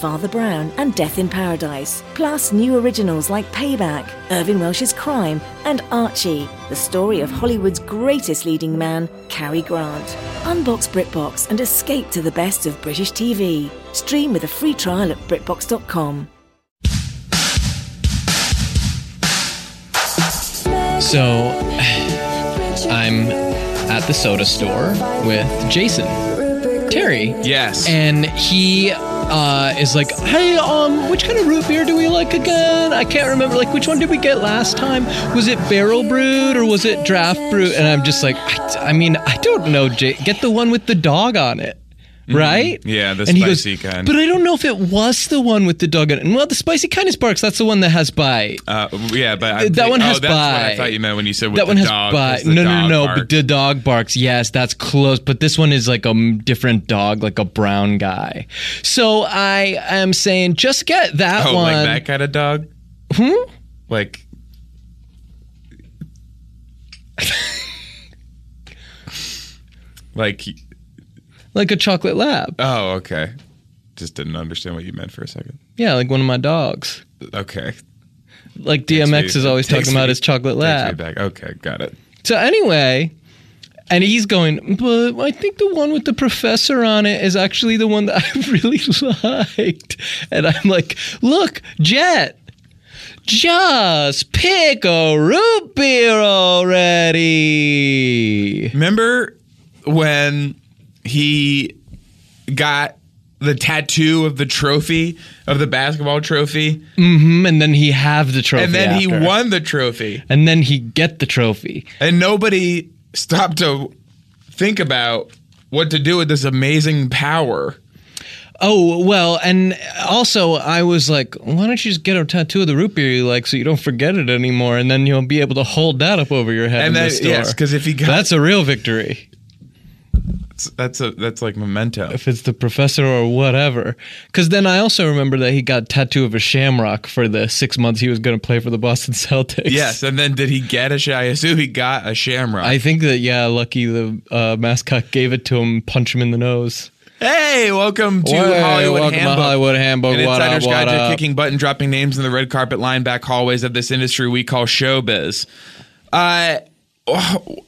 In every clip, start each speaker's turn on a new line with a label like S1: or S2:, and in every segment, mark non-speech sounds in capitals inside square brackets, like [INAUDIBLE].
S1: Father Brown, and Death in Paradise, plus new originals like Payback, Irving Welsh's Crime, and Archie, the story of Hollywood's greatest leading man, Cary Grant. Unbox BritBox and escape to the best of British TV. Stream with a free trial at BritBox.com.
S2: So I'm at the soda store with Jason Terry.
S3: Yes.
S2: And he uh, is like, hey, um, which kind of root beer do we like again? I can't remember. Like, which one did we get last time? Was it barrel brewed or was it draft brewed? And I'm just like, I, I mean, I don't know. J- get the one with the dog on it. Right?
S3: Mm-hmm. Yeah, the
S2: and he goes,
S3: spicy kind.
S2: But I don't know if it was the one with the dog on it. And well, the spicy kind of sparks. That's the one that has bite.
S3: uh, yeah, but I
S2: That
S3: think-
S2: one
S3: oh,
S2: has
S3: that's what I
S2: bite.
S3: thought you meant when you said with
S2: that
S3: the
S2: one has
S3: dog,
S2: but
S3: 'cause the
S2: no no
S3: dog
S2: no but
S3: barked.
S2: the dog barks yes that's close but this one is like a m- different dog like a brown guy so i am saying just get that
S3: oh,
S2: one.
S3: like that kind of dog.
S2: Hmm?
S3: Like like
S2: like a chocolate lab
S3: oh, okay. Just didn't understand what you meant for a second.
S2: yeah like one of my dogs
S3: Okay.
S2: like dmx
S3: me-
S2: is always
S3: takes
S2: talking about
S3: me-
S2: his chocolate
S3: Takes me
S2: lab
S3: back. Okay, got it.
S2: so anyway and he's going but i think the one with the professor on it is actually the one that i [LAUGHS] really liked and i'm like look jet Just pick a root beer already.
S3: Remember when he got the tattoo of the trophy of the basketball trophy,
S2: Mm, And then he have the trophy.
S3: and then he
S2: after.
S3: won the trophy,
S2: And then he get the trophy.
S3: and nobody stopped to think about what to do with this amazing power.
S2: Oh well, and also I was like, why don't you just get a tattoo of the root beer you like, so you don't forget it anymore, and then you'll be able to hold that up over your head.
S3: And
S2: in the
S3: that-
S2: store.
S3: yes, 'cause if he got-
S2: that's a real victory.
S3: That's a that's like memento.
S2: if it's the professor or whatever. Because then I also remember that he got tattoo of a shamrock for the six months he was going to play for the Boston [LAUGHS] Celtics.
S3: Yes, and then did he get a? sha- I assume he got a shamrock.
S2: I think that yeah, lucky the uh, mascot gave it to him, punch him in the nose.
S3: hey, welcome to
S2: Hey,
S3: Hollywood
S2: welcome to
S3: Handbook.
S2: Hollywood Handbook.
S3: An
S2: What
S3: insider's
S2: up,
S3: guide
S2: what
S3: to
S2: up?
S3: kicking butt and dropping names in the red carpet line back hallways of this industry we call showbiz. Uh, oh,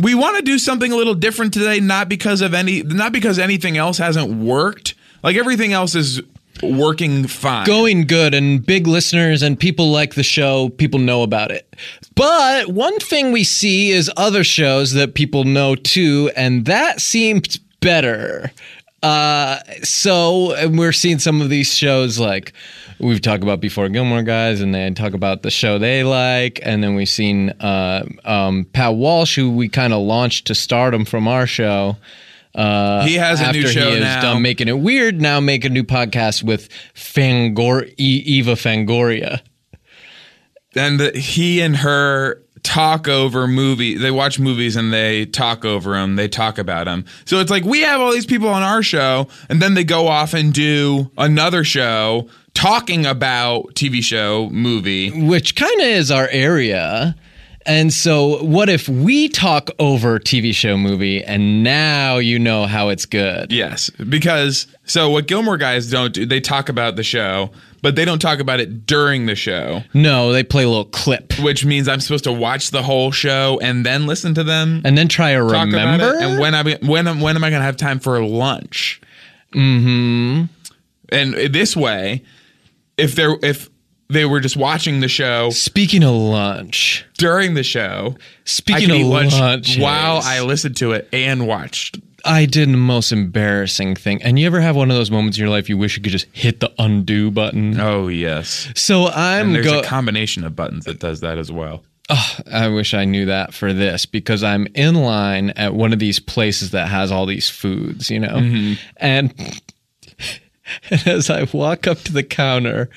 S3: we want to do something a little different today, not because of any, not because anything else hasn't worked. Like everything else is working fine.
S2: Going good and big listeners and people like the show, people know about it. But one thing we see is other shows that people know too, and that seemed better. Uh, so and we're seeing some of these shows like we've talked about before Gilmore Guys, and they talk about the show they like, and then we've seen uh, um, Pat Walsh, who we kind of launched to stardom from our show. Uh,
S3: He has a
S2: after
S3: new show
S2: he is
S3: now.
S2: done making it weird. Now make a new podcast with Fangor E- Eva Fangoria.
S3: and the, he and her talk over movie they watch movies and they talk over them they talk about them so it's like we have all these people on our show and then they go off and do another show talking about tv show movie
S2: which kind of is our area. And so, what if we talk over TV show movie and now you know how it's good?
S3: yes because so what gilmore guys don't do they talk about the show but they don't talk about it during the show
S2: No, they play a little clip
S3: which means i'm supposed to watch the whole show and then listen to them
S2: and then try to
S3: talk
S2: remember.
S3: about it and when I when am- when am I going to have time for lunch? Mm-hmm. And this way, if they're if they were just watching the show
S2: Speaking of lunch,
S3: during the show,
S2: Speaking
S3: I could
S2: of
S3: eat lunch
S2: lunch,
S3: while
S2: yes.
S3: I listened to it and watched.
S2: I did the most embarrassing thing. And you ever have one of those moments in your life you wish you could just hit the undo button?
S3: Oh yes,
S2: So I'm
S3: and there's
S2: go-
S3: a combination of buttons that does that as well.
S2: I wish I knew that for this because I'm in line at one of these places that has all these foods, you know? And, [LAUGHS] and as I walk up to the counter,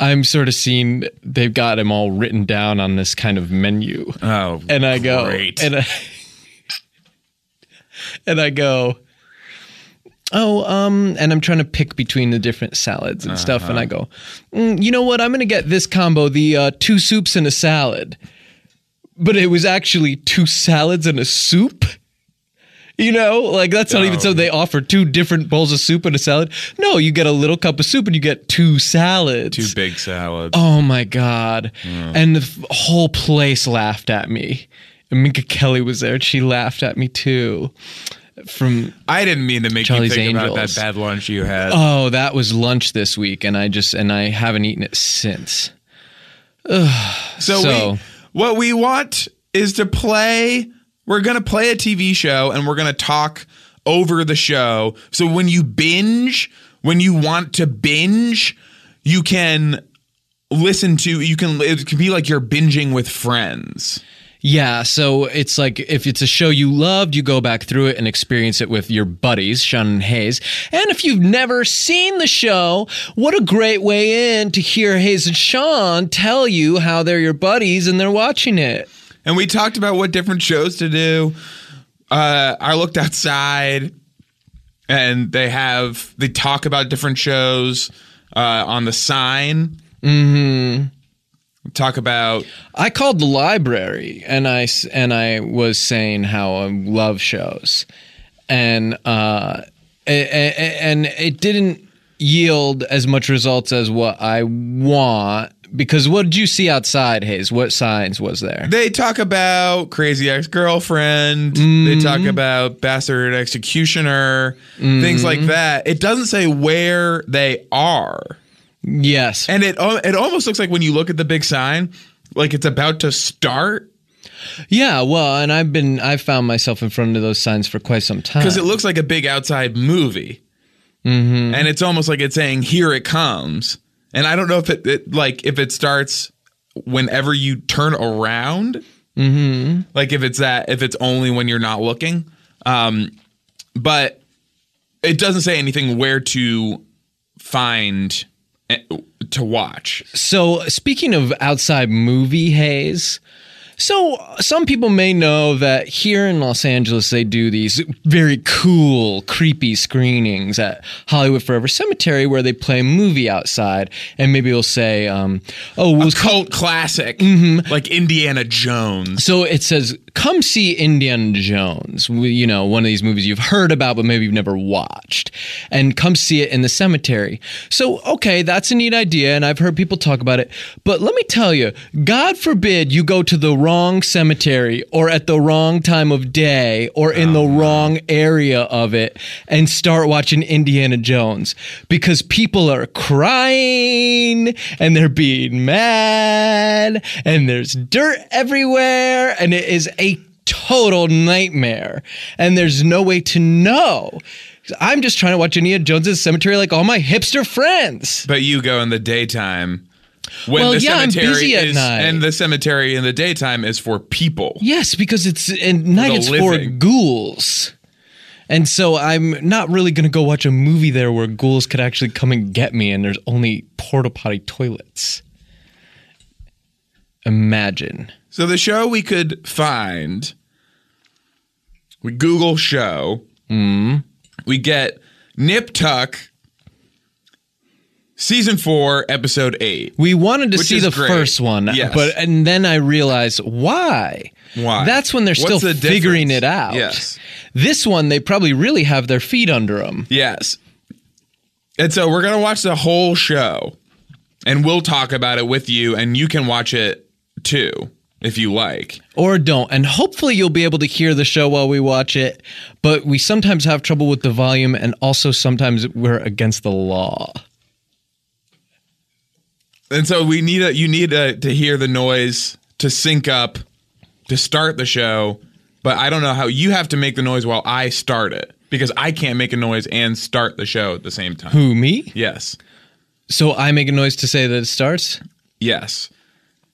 S2: I'm sort of seeing they've got them all written down on this kind of menu.
S3: Oh,
S2: and I go,
S3: great.
S2: and I, and I go, oh, um, and I'm trying to pick between the different salads and stuff, and I go, "Mm, you know what? I'm gonna get this combo: the uh, two soups and a salad. But it was actually two salads and a soup. You know, like that's not even
S3: Oh.
S2: so. They offer two different bowls of soup and a salad. No, you get a little cup of soup and you get two salads.
S3: Two big salads.
S2: Oh my god! And the f- whole place laughed at me. And Minka Kelly was there, and she laughed at me too. From
S3: I didn't mean to make
S2: Charlie's
S3: you think about
S2: Angels.
S3: that bad lunch you had.
S2: oh, that was lunch this week, and I just and I haven't eaten it since.
S3: So,
S2: So-
S3: we, what we want is to play. We're gonna play a TV show and we're gonna talk over the show. So when you binge, when you want to binge, you can listen to. You can. It can be like you're binging with friends.
S2: Yeah, so it's like if it's a show you loved, you go back through it and experience it with your buddies, Shannon Hayes. And if you've never seen the show, what a great way in to hear Hayes and Sean tell you how they're your buddies and they're watching it.
S3: And we talked about what different shows to do. Uh, I looked outside, and they have they talk about different shows uh, on the sign. Mm-hmm. Talk about
S2: I called the library and I s- and I was saying how I love shows, and uh, a- a- a- and it didn't yield as much results as what I want because what did you see outside, Hayes? What signs was there?
S3: They talk about crazy ex girlfriend. They talk about bastard executioner, things like that. It doesn't say where they are,
S2: Yes,
S3: and it al- it almost looks like when you look at the big sign, like it's about to start
S2: yeah. Well, and I've been I've found myself in front of those signs for quite some time
S3: because it looks like a big outside movie, mm-hmm. and it's almost like it's saying here it comes. And I don't know if it, it like if it starts whenever you turn around, mm-hmm. like if it's that if it's only when you're not looking. Um, but it doesn't say anything where to find eh, to watch.
S2: So, speaking of outside movie haze, so some people may know that here in Los Angeles, they do these very cool, creepy screenings at Hollywood Forever Cemetery where they play a movie outside. And maybe we'll say, um, oh, we'll
S3: Cult classic, like Indiana Jones.
S2: so it says, come see Indiana Jones, we- you know, one of these movies you've heard about, but maybe you've never watched, and come see it in the cemetery. So, okay, that's a neat idea, and I've heard people talk about it. But let me tell you, God forbid you go to the wrong cemetery or at the wrong time of day or in the wrong area of it and start watching Indiana Jones because people are crying and they're being mad and there's dirt everywhere and it is a total nightmare and there's no way to know. I'm just trying to watch Indiana Jones's cemetery like all my hipster friends.
S3: But you go in the daytime. When
S2: Well,
S3: the
S2: yeah, I'm
S3: cemetery
S2: busy at
S3: is,
S2: night.
S3: And the cemetery in the daytime is for people.
S2: Yes, because it's and night
S3: the
S2: it's for
S3: living.
S2: ghouls. And so I'm not really going to go watch a movie there where ghouls could actually come and get me and there's only porta potty toilets. Imagine.
S3: So the show we could find, we Google show,
S2: Mm-hmm.
S3: we get Nip Tuck, season four, episode eight.
S2: We wanted to
S3: Which
S2: see
S3: is
S2: the
S3: great.
S2: first one,
S3: Yes.
S2: but and then I realized why.
S3: Why?
S2: That's when they're
S3: What's
S2: still
S3: the difference?
S2: figuring it out.
S3: Yes.
S2: This one they probably really have their feet under them.
S3: Yes. And so we're gonna watch the whole show, and we'll talk about it with you, and you can watch it too if you like.
S2: or don't. And hopefully you'll be able to hear the show while we watch it. But we sometimes have trouble with the volume, and also sometimes we're against the law.
S3: And so we need a, you need a, to hear the noise to sync up to start the show, but I don't know how you have to make the noise while I start it because I can't make a noise and start the show at the same time.
S2: Who me?
S3: Yes.
S2: So I make a noise to say that it starts.
S3: Yes.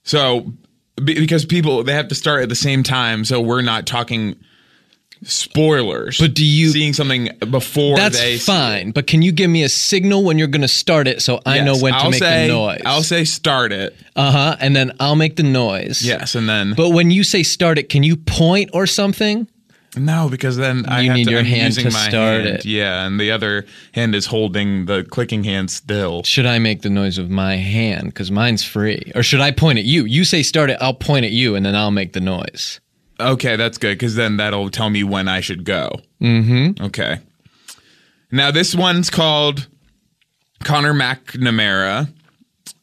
S3: So be, because people they have to start at the same time, so we're not talking spoilers.
S2: But do you-
S3: seeing something before
S2: That's
S3: they
S2: fine. But can you give me a signal when you're going to start it so I
S3: Yes.
S2: know when to
S3: I'll
S2: make
S3: say-
S2: the noise?
S3: I'll say start it.
S2: uh huh, and then I'll make the noise.
S3: Yes, and then
S2: But when you say start it, can you point or something?
S3: No, because then I
S2: You
S3: have
S2: need
S3: to,
S2: your
S3: I'm
S2: hand
S3: using
S2: to
S3: my
S2: start
S3: hand.
S2: it.
S3: Yeah, and the other hand is holding the clicking hand still.
S2: Should I make the noise of my hand? Because mine's free. Or should I point at you? You say start it, I'll point at you, and then I'll make the noise.
S3: Okay, that's good because then that'll tell me when I should go. Mm-hmm. Okay. Now this one's called Connor McNamara,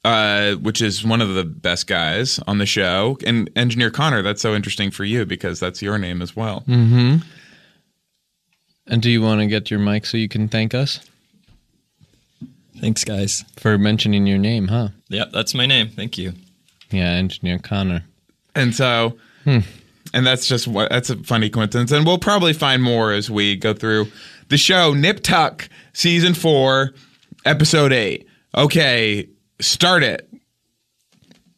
S3: uh, which is one of the best guys on the show, and Engineer Connor. That's so interesting for you because that's your name as well.
S2: And do you want to get your mic so you can thank us
S4: Thanks, guys.
S2: for mentioning your name, huh?
S4: Yep, that's my name. Thank you.
S2: Yeah, Engineer Connor.
S3: And so, and that's just what that's a funny coincidence. And we'll probably find more as we go through the show. Nip Tuck, season four, episode eight. Okay, start it.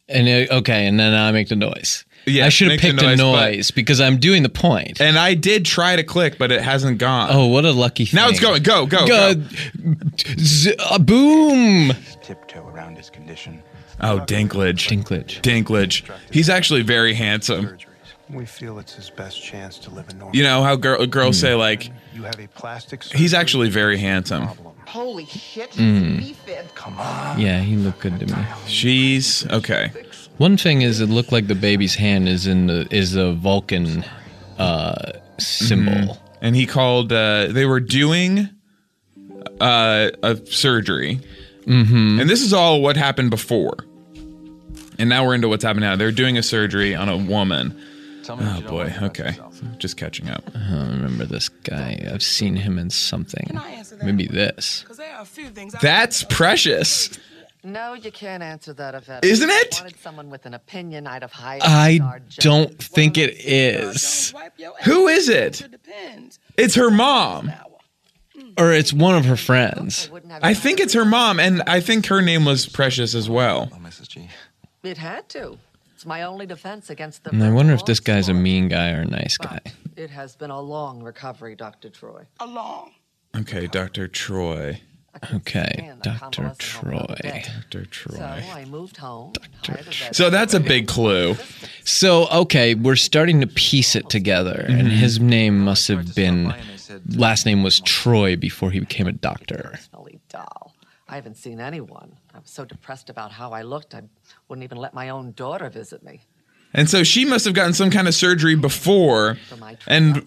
S2: And uh, okay, and then I make the noise.
S3: Yeah,
S2: I should have
S3: make the
S2: picked a
S3: noise, but-
S2: noise because I'm doing the point.
S3: And I did try to click, but it hasn't gone.
S2: Oh, what a lucky thing!
S3: now it's going. Go, go, go.
S2: Go, z- uh, boom!
S5: tiptoe around his condition.
S3: Oh, Dinklage.
S2: Dinklage.
S3: Dinklage. He's actually very handsome.
S5: We feel it's his best chance to live a normal.
S3: You know how girl, girls say, like,
S5: you have a plastic.
S3: he's
S5: surgery
S3: actually very handsome.
S5: problem.
S6: Holy shit, he's
S7: Mm.
S6: refib.
S5: Come on.
S2: Yeah, he looked good to me.
S3: She's okay.
S2: One thing is, it looked like the baby's hand is in the is the Vulcan uh, symbol.
S3: And he called, uh, they were doing uh, a surgery. Mm-hmm. And this is all what happened before. And now we're into what's happening now. They're doing a surgery on a woman. Oh, boy. Okay. Just catching up.
S2: I remember this guy. I've seen him in something.
S8: I answer that?
S2: Maybe this.
S8: Because there are a few things I-
S3: That's precious.
S9: No, you can't answer that if that
S3: Isn't it?
S9: Wanted someone with an opinion, I'd have hired.
S2: I
S9: Star Jones.
S2: don't think it
S8: Don't
S2: is.
S8: wipe your
S3: Who
S8: ass.
S3: is it?
S8: It depends.
S3: It's her mom.
S2: Or it's one of her friends.
S9: Wouldn't have
S3: I think it's her mom, and I think her name was Precious as well.
S5: Mrs. G.
S9: it had to. It's my only defense against the.
S2: And I wonder if this guy's a
S9: But
S2: mean guy or a nice guy.
S9: It has been a long recovery, Doctor Troy.
S8: Along.
S3: Okay, Dr. Troy.
S2: Okay,
S9: Man, the
S2: Dr.
S9: convalescent home the other
S2: Troy.
S9: day.
S3: Dr. Troy.
S9: So I moved home. hired a vet.
S3: So that's a big clue.
S2: So, okay, we're starting to piece it together, and his name must have been. Last name was Troy before he became a doctor.
S9: Smelly doll. I haven't seen anyone. I was so depressed about how I looked. I wouldn't even let my own daughter visit me.
S3: And so she must have gotten some kind of surgery before. And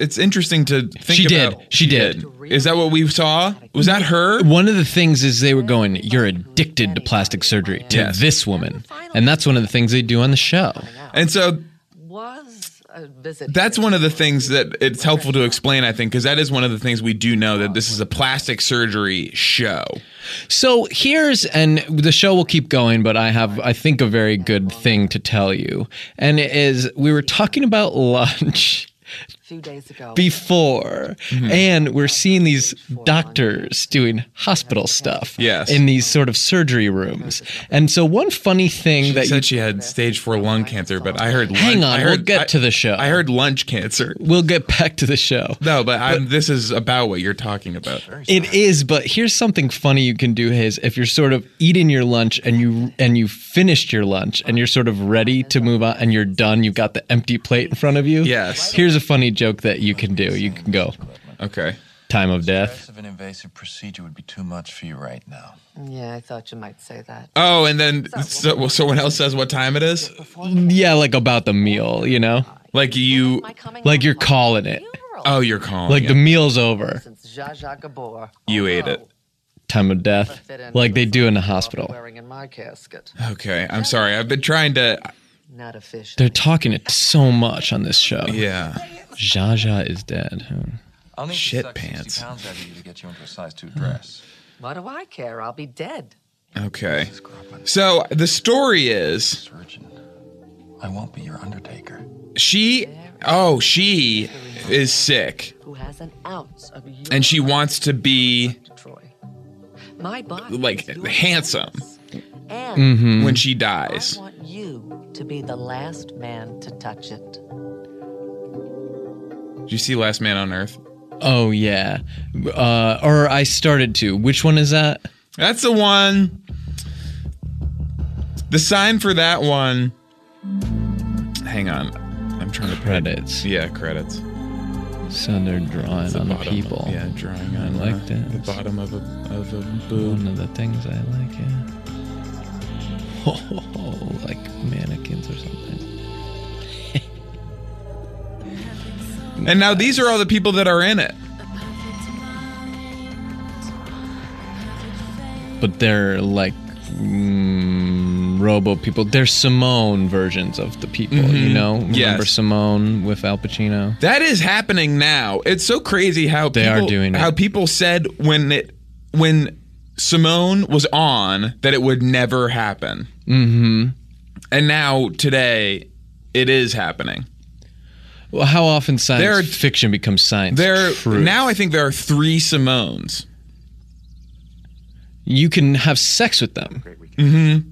S3: it's interesting to think
S2: She did.
S3: about.
S2: She did.
S3: Is that what we saw? Was that her?
S2: One of the things is they were going, You're addicted to plastic surgery to
S3: Yes.
S2: this woman. And that's one of the things they do on the show.
S3: And so
S9: Was a visit.
S3: that's one of the things that it's helpful to explain, I think, because that is one of the things we do know that this is a plastic surgery show.
S2: So here's, and the show will keep going, but I have, I think, a very good thing to tell you. And it is, we were talking about lunch. [LAUGHS]
S9: a few days ago.
S2: before
S3: Mm-hmm.
S2: and we're seeing these doctors doing hospital stuff
S3: Yes.
S2: in these sort of surgery rooms and so one funny thing
S3: She
S2: that you
S3: said she had stage four lung cancer, but I heard.
S2: Hang
S3: lung-
S2: on,
S3: I heard,
S2: we'll get
S3: I-
S2: to the show.
S3: I heard lunch cancer.
S2: we'll get back to the show
S3: No, but, I'm, this is about what you're talking about.
S2: it is but here's something funny you can do Hayes. if you're sort of eating your lunch and you and you finished your lunch and you're sort of ready to move on and you're done you've got the empty plate in front of you
S3: Yes.
S2: here's a funny joke that you can do you can go
S3: Okay.
S2: time of death
S7: Stress of an invasive procedure would be too much for you right now.
S9: Yeah, I thought you might say that.
S3: Oh, and then so, well, someone else says what time it is.
S2: yeah like about the meal you know
S3: Like you.
S9: My coming
S2: like
S9: home
S2: you're
S9: was a
S2: calling it
S9: funeral.
S3: Oh, you're calling.
S2: like
S3: it.
S2: the meal's over
S9: Since Zsa Zsa Gabor.
S3: You
S9: Oh,
S3: ate
S9: no.
S3: it.
S2: time of death,
S9: Fit in
S2: like they
S9: with
S2: do in the
S9: something I'll be
S2: hospital.
S9: Wearing in my casket.
S3: Okay, I'm sorry. I've been trying to.
S9: Not official.
S2: They're talking it so much on this show.
S3: Yeah.
S2: Zsa Zsa is dead.
S7: I'll need
S3: Shit
S7: to suck 60
S3: pants.
S7: pounds out of you to get you into a size two dress.
S9: What do I care? I'll be dead.
S3: Okay.
S5: Hmm.
S3: So the story is
S7: Surgeon, I won't be your undertaker.
S3: she. Oh, she is sick,
S9: Who has an ounce of your
S3: and she wants to be
S9: Troy? My body.
S3: like
S9: is your
S3: handsome
S9: choice. And
S2: Mm-hmm.
S3: when she
S9: I
S3: dies.
S9: want you to be the last man to touch it.
S3: Did you see Last Man on Earth?
S2: Oh yeah, uh, or I started to. Which one is that?
S3: That's the one. The sign for that one. Hang on. I'm trying to.
S2: Credits.
S3: Yeah, credits.
S2: So they're drawing
S3: The
S2: on the
S3: bottom-
S2: people.
S3: Yeah, drawing
S2: I
S3: on
S2: like
S3: uh,
S2: that.
S3: the bottom of a of a
S2: One
S3: boob.
S2: of the things I like, yeah. [LAUGHS] Oh, like mannequins or something.
S3: And now these are all the people that are in it.
S2: But they're like mm, robo people. They're Simone versions of the people, you know? Remember
S3: Mm-hmm. Yes.
S2: Simone with Al Pacino?
S3: That is happening now. It's so crazy how
S2: They are
S3: people,
S2: doing it.
S3: how people said when it when Simone was on that it would never happen. Mm-hmm. And now today, it is happening.
S2: Well, how often science
S3: There are-
S2: fiction becomes science?
S3: There
S2: truth?
S3: now, I think there are three Simones.
S2: you can have sex with them.
S3: Mm-hmm.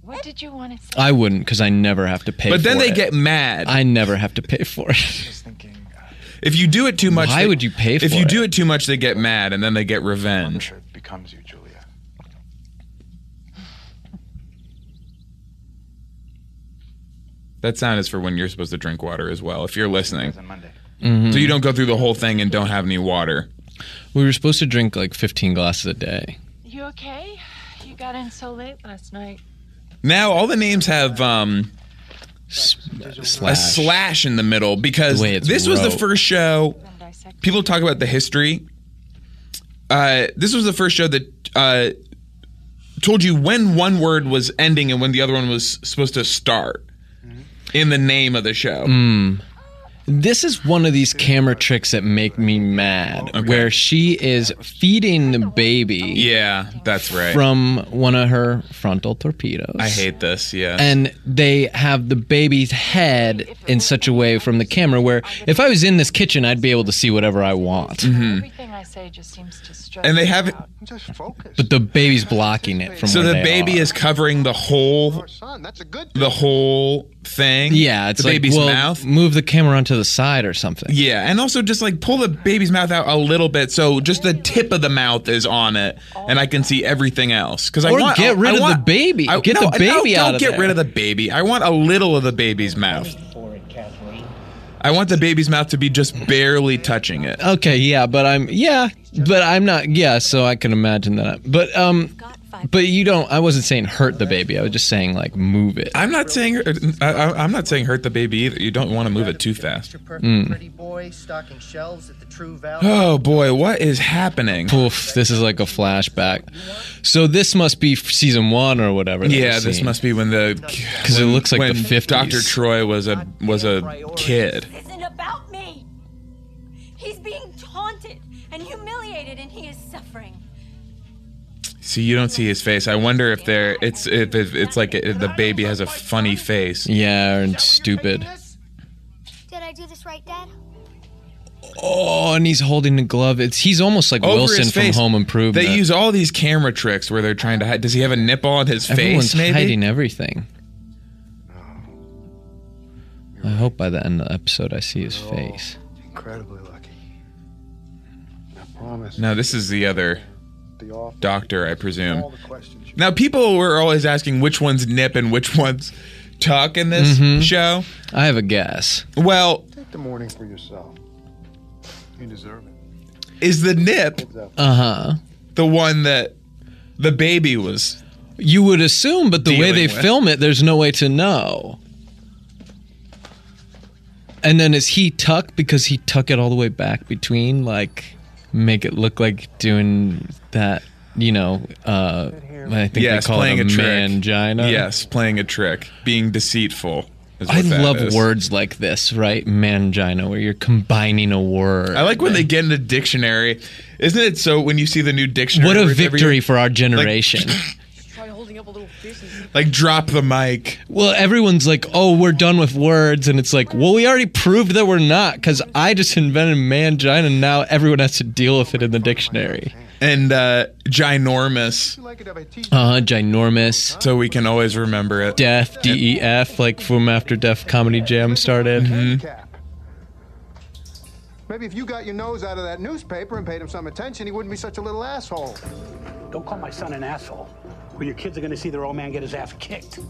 S6: What did you want to say?
S2: I wouldn't because I never have to pay.
S3: But then
S2: for
S3: they
S2: it.
S3: get mad.
S2: I never have to pay for it.
S5: uh,
S3: if you do it too much,
S2: Why
S3: they-
S2: would you pay
S3: If
S2: for
S3: you
S2: it?
S3: do it too much, they get mad, and then they get revenge.
S5: Sure, it becomes you, Julia.
S3: That sound is for when you're supposed to drink water as well. If you're listening,
S5: It's on Monday.
S2: Hmm.
S3: so you don't go through the whole thing and don't have any water.
S2: we were supposed to drink like 15 glasses a day.
S6: You okay? You got in so late last night.
S3: Now all the names have um,
S2: S-
S3: a
S2: slash.
S3: slash in the middle because
S2: The way it's
S3: this was the
S2: wrote.
S3: first show.
S6: Been dissected.
S3: People talk about the history. Uh, this was the first show that uh, told you when one word was ending and when the other one was supposed to start in the name of the show.
S2: Mm. This is one of these camera tricks that make me mad, where she is feeding the baby
S3: Yeah, that's right.
S2: from one of her frontal torpedoes.
S3: I hate this. Yeah.
S2: and they have the baby's head in such a way from the camera where if I was in this kitchen, I'd be able to see whatever I want.
S3: Mm-hmm.
S6: Everything I say just seems to stress
S3: And they
S6: you
S3: have it-
S6: out.
S5: I'm just focused.
S2: But the baby's blocking it from
S3: so
S2: where
S3: the
S2: they
S3: baby
S2: are.
S3: is covering the whole
S5: Your son, that's a good
S3: the whole thing.
S2: Yeah, it's
S3: the
S2: like
S3: baby's
S2: well,
S3: mouth.
S2: Move the camera onto the side or something.
S3: Yeah, and also just like pull the baby's mouth out a little bit, so just the tip of the mouth is on it, and I can see everything else. Because I
S2: Or
S3: want
S2: get rid
S3: I
S2: of the
S3: want-
S2: baby.
S3: I-
S2: Get
S3: no,
S2: the baby
S3: no,
S2: out
S3: Don't
S2: of
S3: get
S2: there.
S3: rid of the baby. I want a little of the baby's mouth. I want the baby's mouth to be just barely touching it.
S2: Okay, yeah, but I'm yeah, but I'm not yeah, so I can imagine that. But um but you don't I wasn't saying hurt the baby. I was just saying like move it.
S3: I'm not saying uh, I, I, I'm not saying hurt the baby either. You don't want to move it too fast. Hmm.
S10: Pretty boy stocking shelves at the True
S3: [GASPS]
S10: Value.
S3: Oh boy, what is happening?
S2: Oof, this is like a flashback. So this must be f- season 1 or whatever.
S3: Yeah, this must be when the
S2: because it looks like
S3: when
S2: the 50s.
S3: Dr. Troy was a was a kid.
S10: isn't about me. He's being taunted and humiliated, and he is suffering.
S3: See, you don't see his face. I wonder if there it's if it, it's like it, the baby has a funny face.
S2: Yeah, and stupid.
S10: Did I do this right, Dad?
S2: Oh, and he's holding the glove. It's he's almost like
S3: Over
S2: Wilson
S3: his face,
S2: from Home Improvement.
S3: They use all these camera tricks where they're trying to hide. Does he have a nipple on his
S2: Everyone's
S3: face? Maybe.
S2: hiding everything.
S5: Oh,
S2: I hope by the end of the episode I see his face.
S5: Incredibly lucky. I promise.
S3: No, this is the other
S5: The off.
S3: doctor, I presume.
S5: All the questions you
S3: Now, people were always asking which one's nip and which one's tuck in this
S2: Mm-hmm.
S3: show.
S2: I have a guess.
S3: Well,
S5: take the morning for yourself. You deserve it.
S3: is the nip
S2: Uh huh.
S3: the one that the baby was?
S2: You would assume, but the way
S3: Dealing
S2: they
S3: with.
S2: film it, there's no way to know. And then is he tuck because he tuck it all the way back between, like make it look like doing that, you know? Uh, I think
S3: Yes,
S2: they call
S3: playing
S2: it a,
S3: a trick.
S2: mangina.
S3: Yes, playing a trick, being deceitful. is
S2: I
S3: what that
S2: love
S3: is.
S2: words like this, right? Mangina, where you're combining a word.
S3: I like when they get in the dictionary. Isn't it so when you see the new dictionary?
S2: What a
S3: with every-
S2: victory for our generation.
S3: like drop the mic.
S2: well, everyone's like, oh, we're done with words. And it's like, well, we already proved that we're not because I just invented mangina. And now everyone has to deal with it in the dictionary.
S3: And uh ginormous.
S5: You like it if I teach
S2: Uh huh, ginormous.
S3: So we can always remember it.
S2: Deaf, DEF, like from after Deaf Comedy Jam started.
S5: cap. Maybe if you got your nose out of that newspaper and paid him some attention, he wouldn't be such a little asshole.
S10: Don't call my son an asshole, or your kids are going to see their old man get his ass kicked.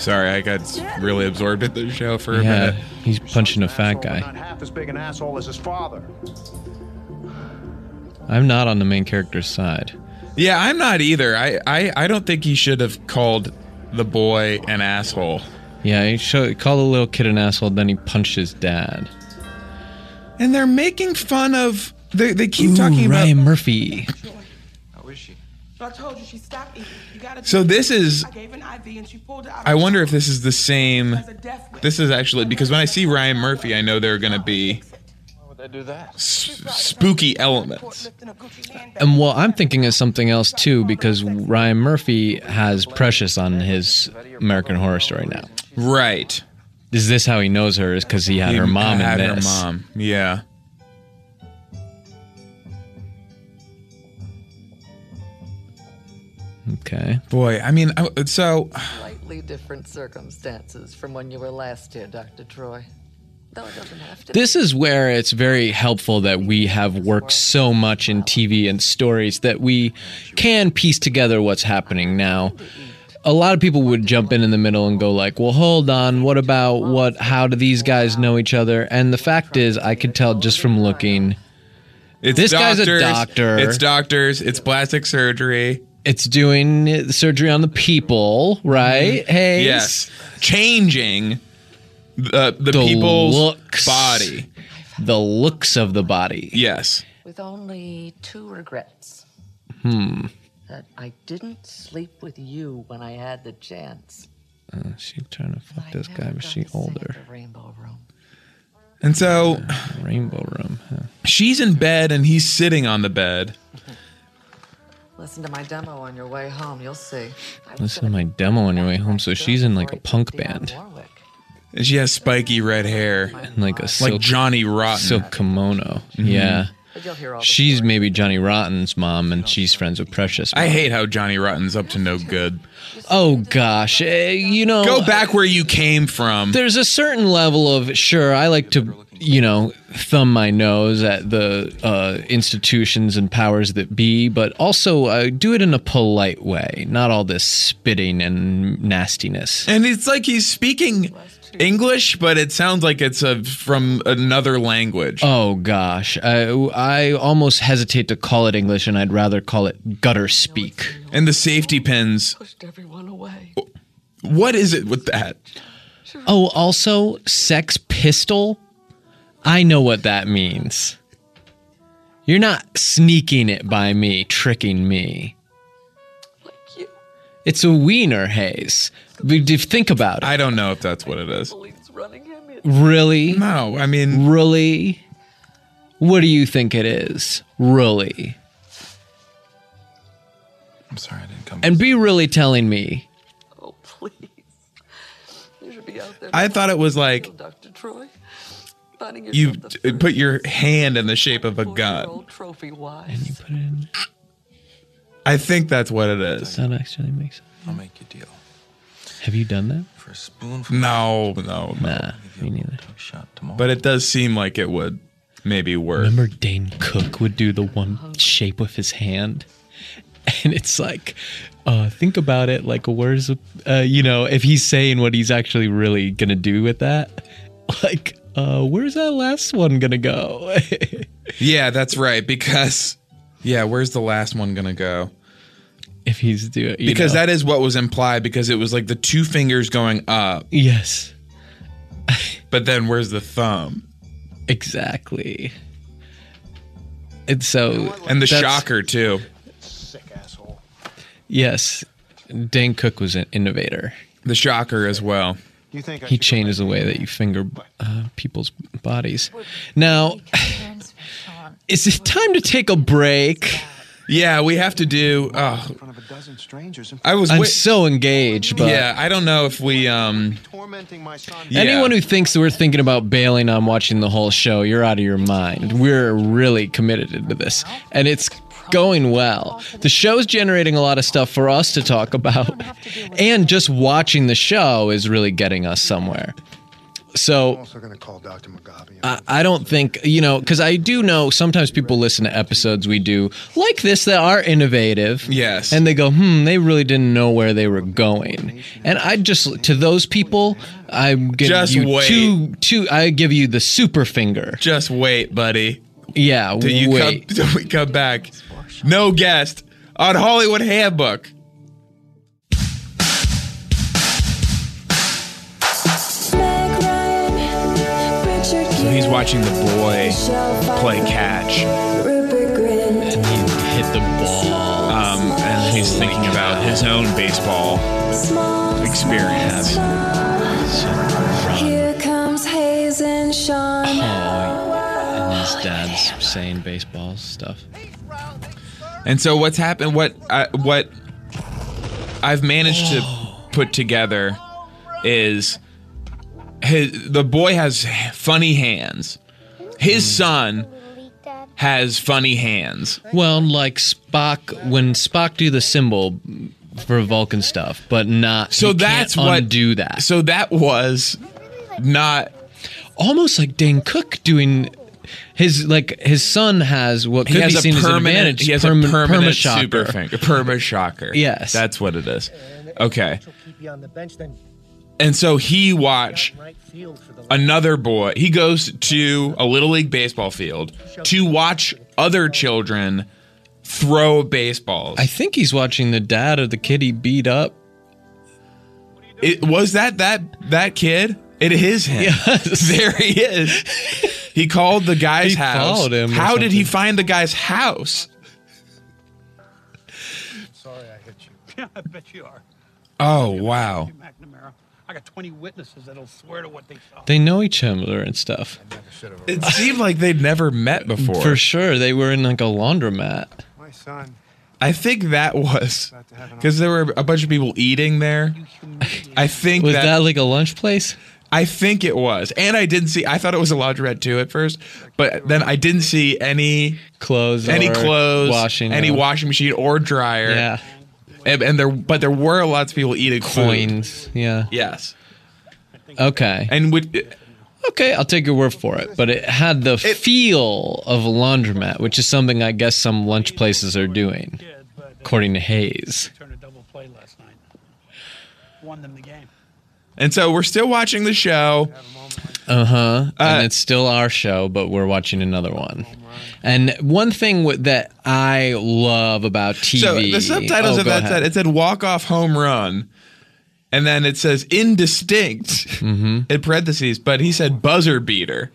S3: Sorry, I got really absorbed at the show for a
S2: Yeah,
S3: minute.
S2: he's punching a fat
S5: Asshole, but
S2: guy.
S5: Not half as big an asshole as his father.
S2: I'm not on the main character's side.
S3: Yeah, I'm not either. I, I, I don't think he should have called the boy an asshole.
S2: Yeah, he show, called the little kid an asshole, then he punched his dad.
S3: And they're making fun of. They, they keep
S2: Ooh,
S3: talking about
S2: Ryan Murphy.
S7: How is she?
S8: But I told you she stopped eating. You gotta.
S3: So this is-
S8: I gave an IV and she pulled it out.
S3: I wonder if this is the same.
S8: As a death wish.
S3: This is actually because when I see Ryan Murphy, I know there are going to be
S7: Why would they do that?
S3: s- spooky elements.
S8: Lifting a Gucci handbag.
S2: And well, I'm thinking of something else too because Ryan Murphy has Precious on his American Horror Story now.
S3: Right.
S2: Is this how he knows her? Is because he had her mom
S3: had
S2: in
S3: her
S2: this?
S3: mom. Yeah.
S2: Okay.
S3: Boy, I mean, I- so
S9: Slightly different circumstances from when you were last here, Dr. Troy. Though it doesn't have to.
S2: This is where it's very helpful that we have worked so much in TV and stories that we can piece together what's happening now. A lot of people would jump in in the middle and go like, "Well, hold on, what about what how do these guys know each other?" And the fact is, I could tell just from looking,
S3: it's
S2: This guy's
S3: doctors,
S2: a doctor.
S3: It's doctors. It's plastic surgery.
S2: it's doing the surgery on the people, right? Hey.
S3: Mm-hmm. Yes. Changing the, the, people's
S2: looks.
S3: body.
S2: The looks of the body.
S3: Yes.
S9: With only two regrets. Hmm. That I didn't sleep with you when I had the chance.
S2: She trying to fuck
S9: I
S2: this
S9: never
S2: guy, but
S9: got
S2: she
S9: to sing at
S2: older.
S9: the Rainbow Room.
S3: And so
S2: Rainbow room. Huh?
S3: she's in bed and he's sitting on the bed.
S9: Listen to my demo on your way home. You'll see. I was
S2: Listen to my
S9: gonna
S2: demo on your way home. So
S9: back
S2: she's
S9: door
S2: in like a
S9: before I
S2: punk
S9: took Dionne
S2: band,
S9: Warwick.
S3: And she has spiky red hair.
S2: and, like a
S3: Like Mm-hmm.
S2: silk,
S3: Johnny Rotten.
S2: silk kimono. Yeah,
S9: But you'll hear all the
S2: she's
S9: stories.
S2: maybe Johnny Rotten's mom, and she's friends with Precious.
S3: I hate how Johnny Rotten's up to no good.
S2: oh gosh, eh, you know,
S3: Go back where you came from.
S2: There's a certain level of sure. I like to, you know, thumb my nose at the uh, institutions and powers that be, but also uh, do it in a polite way, not all this spitting and nastiness.
S3: And it's like he's speaking English, but it sounds like it's a, from another language.
S2: Oh gosh, I, I almost hesitate to call it English, and I'd rather call it gutter speak.
S3: and the safety pins.
S9: pushed everyone away.
S3: What is it with that?
S2: Oh, also sex pistol. I know what that means. You're not sneaking it by me, tricking me.
S9: Like you,
S2: It's a wiener haze. But if- Think about it.
S3: I don't know if that's what it is.
S9: police running him. It's
S2: Really,
S3: No, I mean,
S2: really. What do you think it is? Really.
S7: I'm sorry I didn't come.
S2: And be really telling me.
S9: [LAUGHS] oh please. You should be out there.
S3: I thought it was like
S9: Dr. Troy. Finding
S3: you
S9: yourself the
S3: t- put your hand in the shape of a
S9: 24-year-old
S3: gun.
S9: Trophy wise.
S2: Put it in.
S3: I think that's what it is.
S2: That actually makes sense.
S7: I'll make you a deal.
S2: Have you done that?
S7: For a spoonful.
S3: No, no, no.
S2: Nah, me neither.
S7: I'll Shot tomorrow.
S3: Mm. But it does seem like it would maybe work.
S2: Remember Dane Cook would do the one shape with his hand? And it's like, uh, think about it like where's, uh, you know, if he's saying what he's actually really going to do with that, [LAUGHS] like, uh, where's that last one going to go? [LAUGHS]
S3: Yeah, that's right. Because, yeah, where's the last one going to go?
S2: if he's doing, you
S3: Because
S2: know.
S3: that is what was implied because it was like the two fingers going up,
S2: Yes,
S3: but then where's the thumb?
S2: exactly. And so,
S3: And the
S2: That's-
S3: shocker, too.
S5: Sick asshole.
S2: yes, Dane Cook was an innovator.
S3: The shocker as well.
S5: You think I
S2: He
S5: should go
S2: changes the way that you finger uh, people's bodies. Now, [SIGHS]
S6: Concerns with Sean.
S2: Is it time to take a break?
S3: Yeah, we have to do. Oh,
S5: in front of a dozen strangers and
S3: I was.
S2: I'm
S3: wait-
S2: so engaged, but
S3: yeah, I don't know if we. Um,
S5: tormenting my son?
S3: Yeah.
S2: anyone who thinks that we're thinking about bailing on watching the whole show, you're out of your mind. We're really committed into this, and it's going well. The show's generating a lot of stuff for us to talk about, and just watching the show is really getting us somewhere. So
S5: also going to call Dr. Mugabe.
S2: I, I don't think you know because I do know sometimes people listen to episodes we do like this that are innovative.
S3: Yes,
S2: and they go, hmm, they really didn't know where they were going. And I just to those people, I give
S3: Just
S2: you
S3: wait.
S2: two, two. I give you the super finger.
S3: Just wait, buddy.
S2: Yeah,
S3: Till you
S2: wait.
S3: come, [LAUGHS] till we come back. No guest on Hollywood Handbook. So he's watching the boy play catch,
S4: And he hit the ball.
S3: um, and he's thinking about his own baseball experience.
S11: Here comes Hayes and Sean.
S4: And his dad's saying baseball stuff.
S3: And so what's happened? What I, what I've managed
S2: Oh.
S3: to put together is his, the boy has funny hands. His
S2: Mm.
S3: son has funny hands.
S2: Well, like Spock when Spock do the symbol for Vulcan stuff, but not
S3: So
S2: he can't
S3: that's what
S2: undo that.
S3: So that was not
S2: almost like Dane Cook doing his like his son has what
S3: he
S2: could
S3: has
S2: be seen
S3: a
S2: as an
S3: permanent
S2: advantage.
S3: he has
S2: perma-
S3: a permanent
S2: perma-shocker.
S3: super finger, perma shocker.
S2: Yes.
S3: that's what it is. Okay, and so he watch another boy. He goes to a little league baseball field to watch other children throw baseballs.
S2: I think he's watching the dad of the kid he beat up.
S3: It, was that that that kid? It is him.
S2: Yes.
S3: [LAUGHS] There he is. He called the guy's
S2: He
S3: house.
S2: followed him or
S3: How did he
S2: something.
S3: find the guy's house?
S5: Sorry, I hit you.
S12: Yeah, [LAUGHS] I bet you are.
S3: Oh wow.
S12: McNamara. I got 20 witnesses that'll swear to what they saw.
S2: [LAUGHS] They know each other and stuff.
S3: It seemed like they'd never met
S2: [LAUGHS]
S3: before.
S2: For sure, they were in like a laundromat.
S5: My son.
S3: I think that was because there were a bunch of people eating there. I think
S2: Was
S3: that,
S2: that, like a lunch place?
S3: I think it was, and I didn't see. I thought it was a laundrette too at first, but then I didn't see any
S2: Clothes,
S3: any
S2: or
S3: clothes,
S2: washing,
S3: any
S2: or
S3: washing machine or dryer.
S2: yeah,
S3: and, and there, but there were lots of people eating food.
S2: coins, yeah.
S3: Yes,
S2: Okay,
S3: and would
S2: okay, I'll take your word for it. But it had the feel of a laundromat, which is something I guess some lunch places are doing,
S12: Did, but uh,
S2: according to Hayes.
S12: turned a double play last night. Won them the game.
S3: and so we're still watching the show.
S2: Uh-huh.
S3: Uh,
S2: and it's still our show, but we're watching another one. And one thing w- that I love about TV.
S3: So the subtitles
S2: Oh,
S3: of
S2: go
S3: that
S2: ahead.
S3: said it said walk off home run, and then it says indistinct
S2: Mm-hmm.
S3: in parentheses, but he said buzzer beater.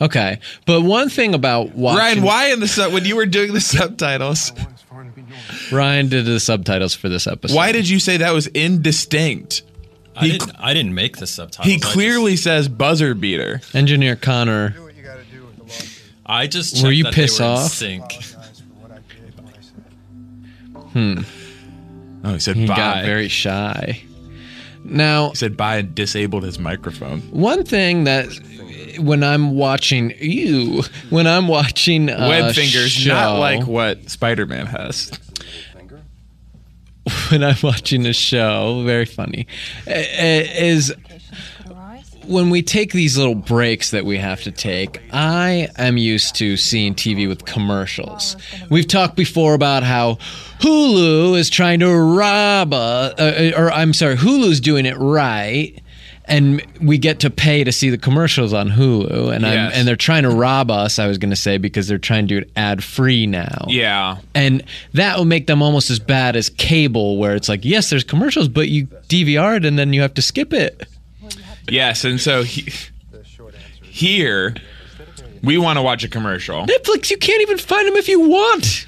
S2: Okay. But one thing about watching
S3: Ryan, why in the sub when you were doing the subtitles?
S2: Ryan did the subtitles for this episode.
S3: Why did you say that was indistinct?
S4: I
S3: He-
S4: didn't. I didn't make the subtitles.
S3: He
S4: I just-
S3: clearly says buzzer beater.
S2: engineer Connor
S5: Do what you got to do with the lawsuit.
S4: I just.
S2: Were
S4: checked
S2: you
S4: that they
S2: pissed
S4: were in
S2: off?
S4: Sync.
S5: Apologize for what I did and what I said.
S3: Oh, he said
S2: he
S3: bye.
S2: got very shy. Now,
S3: he said bye and disabled his microphone.
S2: one thing that when I'm watching you, when I'm watching uh,
S3: Web fingers,
S2: show,
S3: not like what Spider Man has.
S2: [LAUGHS] when I'm watching a show, very funny, uh, uh, is when we take these little breaks that we have to take, I am used to seeing TV with commercials. We've talked before about how Hulu is trying to rob us, uh, or I'm sorry, Hulu's doing it right. And we get to pay to see the commercials on Hulu, and I'm,
S3: Yes.
S2: and they're trying to rob us. I was going to say because they're trying to do it ad free now
S3: Yeah.
S2: and that would make them almost as bad as cable where it's like yes there's commercials but you dvr it and then you have to skip it
S3: Yes, and so he, here we want to watch a commercial.
S2: netflix you can't even find them if you want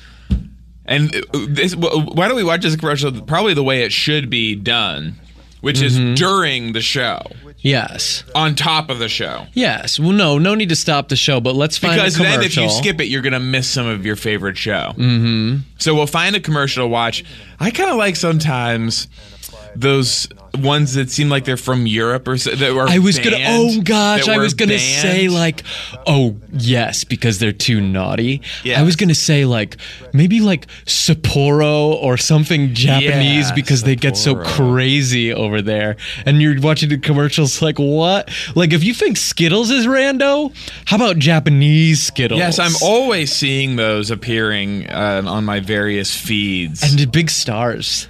S3: And uh, this, wh- why don't we watch this commercial probably the way it should be done, which is during the show,
S2: yes
S3: on top of the show.
S2: yes well no no need to stop the show but let's find
S3: Because
S2: a commercial
S3: then if you skip it, you're going to miss some of your favorite show. Mm-hmm. So we'll find a commercial to watch. I kind of like sometimes those ones that seem like they're from Europe or so, that were.
S2: I was gonna.
S3: banned,
S2: Oh gosh,
S3: that
S2: I
S3: were
S2: was gonna say
S3: banned.
S2: like, oh yes, because they're too naughty. I
S3: Yes.
S2: was gonna say like maybe like Sapporo or something Japanese
S3: Yeah,
S2: because they get so crazy over there. And you're watching the commercials like what? Like if you think Skittles is rando, how about Japanese Skittles?
S3: Yes, I'm always seeing those appearing uh, on my various feeds.
S2: and big stars.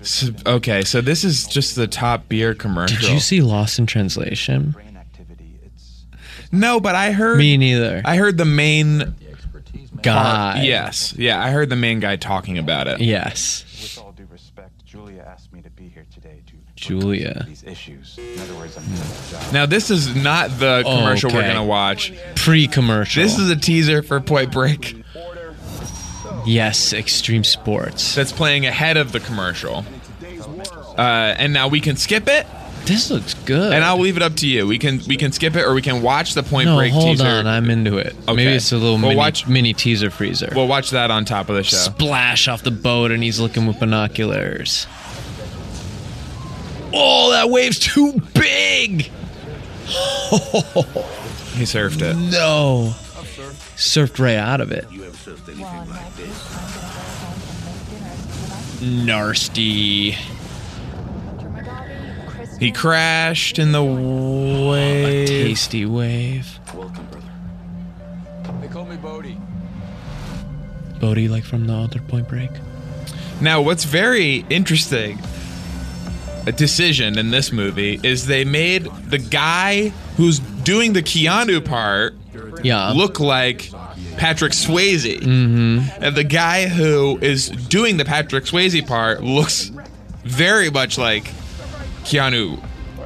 S3: S- okay, so this is just the top beer commercial.
S2: Did you see Lost in Translation?
S3: No, but I heard.
S2: Me neither.
S3: I heard the main
S2: Guy.
S3: Part- yes, yeah, I heard the main guy talking about it.
S2: Yes.
S13: With all due respect, Julia asked me to be here today to
S2: Julia.
S13: these issues. In other words, I'm doing my job.
S3: Now this is not the commercial we're
S2: Okay.
S3: gonna watch.
S2: Pre-commercial.
S3: This is a teaser for Point Break
S2: Yes, extreme sports.
S3: that's playing ahead of the commercial. Uh, and now we can skip it.
S2: This looks good.
S3: And I'll leave it up to you. We can we can skip it or we can watch the Point
S2: no,
S3: Break
S2: hold
S3: teaser.
S2: on, I'm into it. Maybe
S3: Okay.
S2: it's a little
S3: Well,
S2: mini,
S3: watch-
S2: mini teaser freezer.
S3: We'll watch that on top of the show.
S2: Splash off the boat, and he's looking with binoculars. Oh, that wave's too big. [LAUGHS]
S3: he surfed it.
S2: No, surfed right out of it. Nasty.
S3: He crashed in the wave.
S2: tasty wave.
S14: They call me Bodie.
S2: Bodhi, like from the other Point Break.
S3: Now, what's very interesting a decision in this movie is they made the guy who's doing the Keanu part
S2: Yeah.
S3: look like Patrick Swayze. And the guy who is doing the Patrick Swayze part looks very much like Keanu.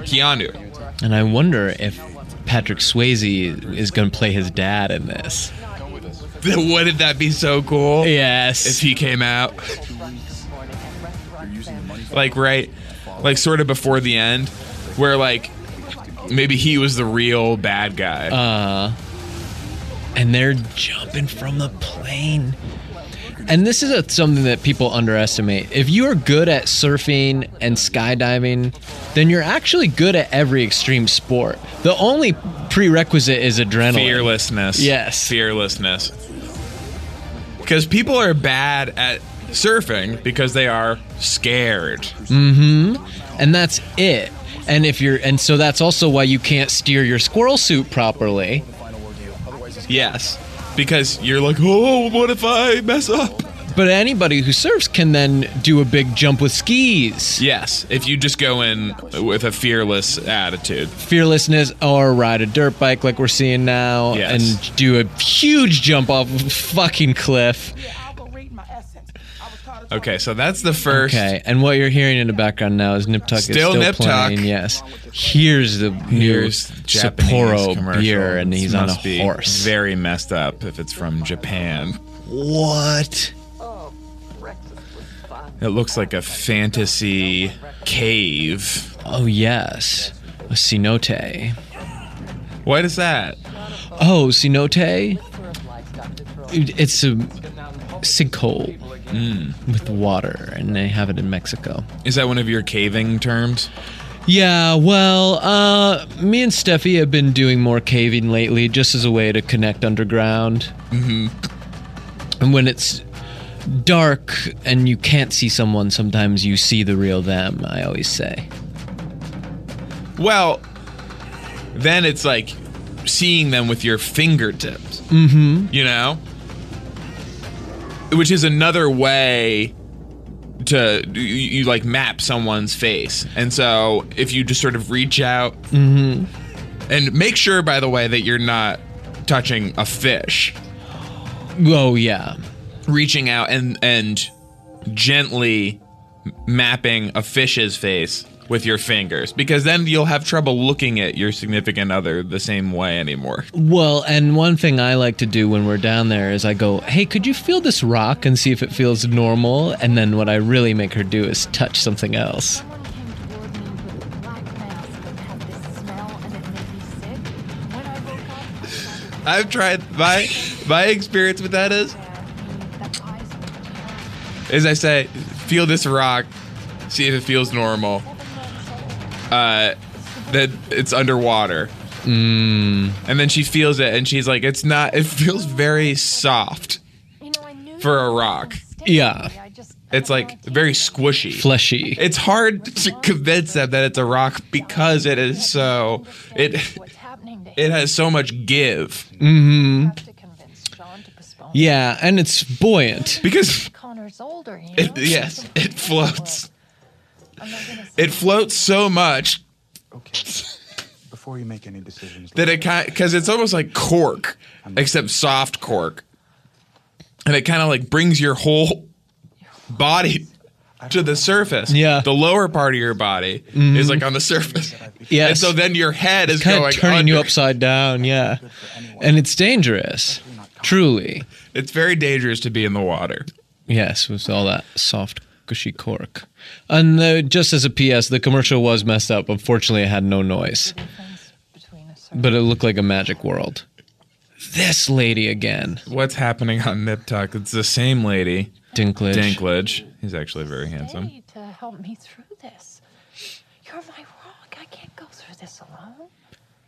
S3: Keanu. [LAUGHS]
S2: And I wonder if Patrick Swayze is going to play his dad in this.
S3: Wouldn't that be so cool?
S2: Yes.
S3: If he came out. like right like sort of before the end where like maybe he was the real bad guy
S2: Uh, and they're jumping from the plane. And this is a, something that people underestimate. If you are good at surfing and skydiving, then you're actually good at every extreme sport. The only prerequisite is adrenaline.
S3: fearlessness
S2: Yes.
S3: fearlessness because people are bad at surfing because they are scared
S2: Mm-hmm. And that's it. And if you're, and so that's also why you can't steer your squirrel suit properly.
S3: yes because you're like oh what if i mess up
S2: But anybody who surfs can then do a big jump with skis.
S3: yes if you just go in with a fearless attitude
S2: fearlessness or ride a dirt bike like we're seeing now
S3: Yes.
S2: and do a huge jump off of a fucking cliff.
S3: okay so that's the first
S2: Okay, and what you're hearing in the background now is Nip Tuck is
S3: Still
S2: still
S3: Nip Tuck.
S2: playing. Yes, here's the
S3: Here's
S2: new
S3: Japanese
S2: Sapporo
S3: commercial.
S2: beer, and
S3: This
S2: he's on a
S3: must be
S2: horse.
S3: Very messed up if it's from Japan.
S2: What?
S3: It looks like a fantasy cave.
S2: Oh yes, a cenote.
S3: What is that?
S2: Oh, cenote. It- It's a sinkhole
S3: Mm.
S2: with water, and they have it in Mexico.
S3: Is that one of your caving terms?
S2: Yeah, well, uh, me and Steffi have been doing more caving lately just as a way to connect underground.
S3: Mm-hmm.
S2: And when it's dark and you can't see someone, sometimes you see the real them, I always say.
S3: Well, then it's like seeing them with your fingertips,
S2: Mm hmm.
S3: you know? Which is another way to you, you like map someone's face. And so if you just sort of reach out
S2: Mm hmm.
S3: And make sure, by the way, that you're not touching a fish.
S2: Oh, yeah.
S3: Reaching out and and gently mapping a fish's face with your fingers, because then you'll have trouble looking at your significant other the same way anymore.
S2: Well, and one thing I like to do when we're down there is I go, hey, could you feel this rock and see if it feels normal? And then what I really make her do is touch something else.
S3: I've tried my my experience with that is is I say, feel this rock, see if it feels normal. Uh, that it's underwater.
S2: Mm.
S3: And then she feels it and she's like, it's not, it feels very soft for a rock.
S2: Yeah.
S3: It's like very squishy,
S2: fleshy.
S3: It's hard to convince them that it's a rock because it is so, it, it has so much give.
S2: hmm Yeah, and it's buoyant.
S3: Because
S6: Connor's older. You know?
S3: It, yes, it floats. It floats so much
S2: [LAUGHS]
S13: Before you make any decisions,
S3: that it kind because it's almost like cork, except soft cork, and it kind of like brings your whole body to the surface.
S2: Yeah,
S3: the lower part of your body
S2: Mhm.
S3: is like on the surface.
S2: Yes.
S3: and so then your head
S2: It's
S3: is
S2: kind
S3: going
S2: of turning you
S3: under.
S2: upside down. Yeah, and it's dangerous. Truly,
S3: It's very dangerous to be in the water.
S2: yes, with all that soft, gushy cork. And uh, just as a PS, the commercial was messed up. Unfortunately, it had no noise, but it looked like a magic world. This lady again.
S3: What's happening on Nip Tuck? It's the same lady,
S2: Dinklage.
S3: Dinklage. He's actually very handsome.
S6: Need to help me through this. You're my rock. I can't go through this alone.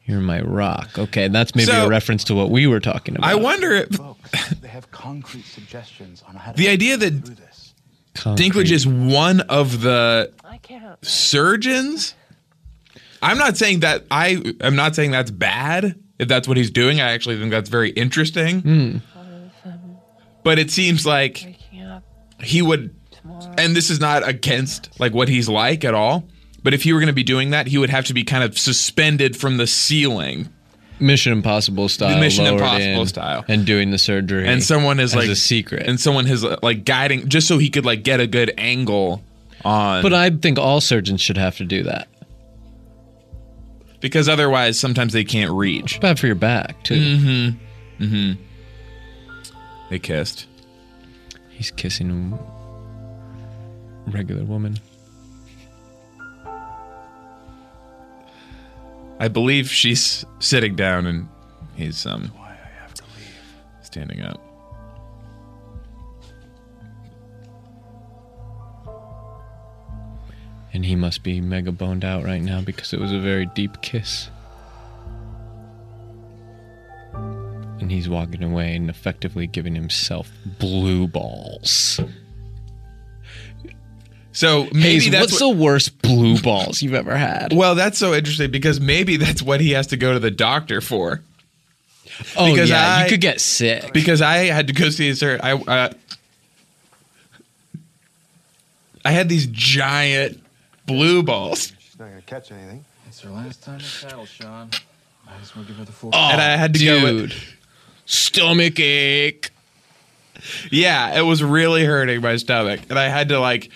S2: You're my rock. Okay, that's maybe
S3: So-
S2: a reference to what we were talking about.
S3: I wonder if
S13: they have concrete suggestions on how to
S3: the idea that Dinklage is one of the surgeons. I'm not saying that I am not saying that's bad. If that's what he's doing, I actually think that's very interesting. But it seems like he would, and this is not against like what he's like at all. But if he were going to be doing that, he would have to be kind of suspended from the ceiling
S2: Mission Impossible style.
S3: Mission
S2: lowered
S3: Impossible
S2: in
S3: style.
S2: and doing the surgery.
S3: and someone is
S2: as
S3: like
S2: a secret.
S3: and someone is like guiding just so he could like get a good angle on
S2: But I think all surgeons should have to do that.
S3: because otherwise sometimes they can't reach
S2: Bad for your back too.
S3: mm-hmm mm-hmm they kissed
S2: He's kissing a regular woman.
S3: i believe she's sitting down and he's um standing up
S2: And he must be mega boned out right now because it was a very deep kiss. And he's walking away and effectively giving himself blue balls.
S3: so maybe
S2: Hayes,
S3: that's
S2: what's the worst blue balls you've ever had?
S3: well that's so interesting because maybe that's what he has to go to the doctor for
S2: Oh
S3: because
S2: yeah,
S3: I-
S2: you could get sick.
S3: because I had to go see a sur- I uh, I had these giant blue balls,
S5: She's not gonna catch anything.
S7: It's her last time in saddle, Sean. Might as well give her the full.
S3: and I had to go.
S2: dude. Stomach ache.
S3: Yeah, it was really hurting my stomach, and I had to like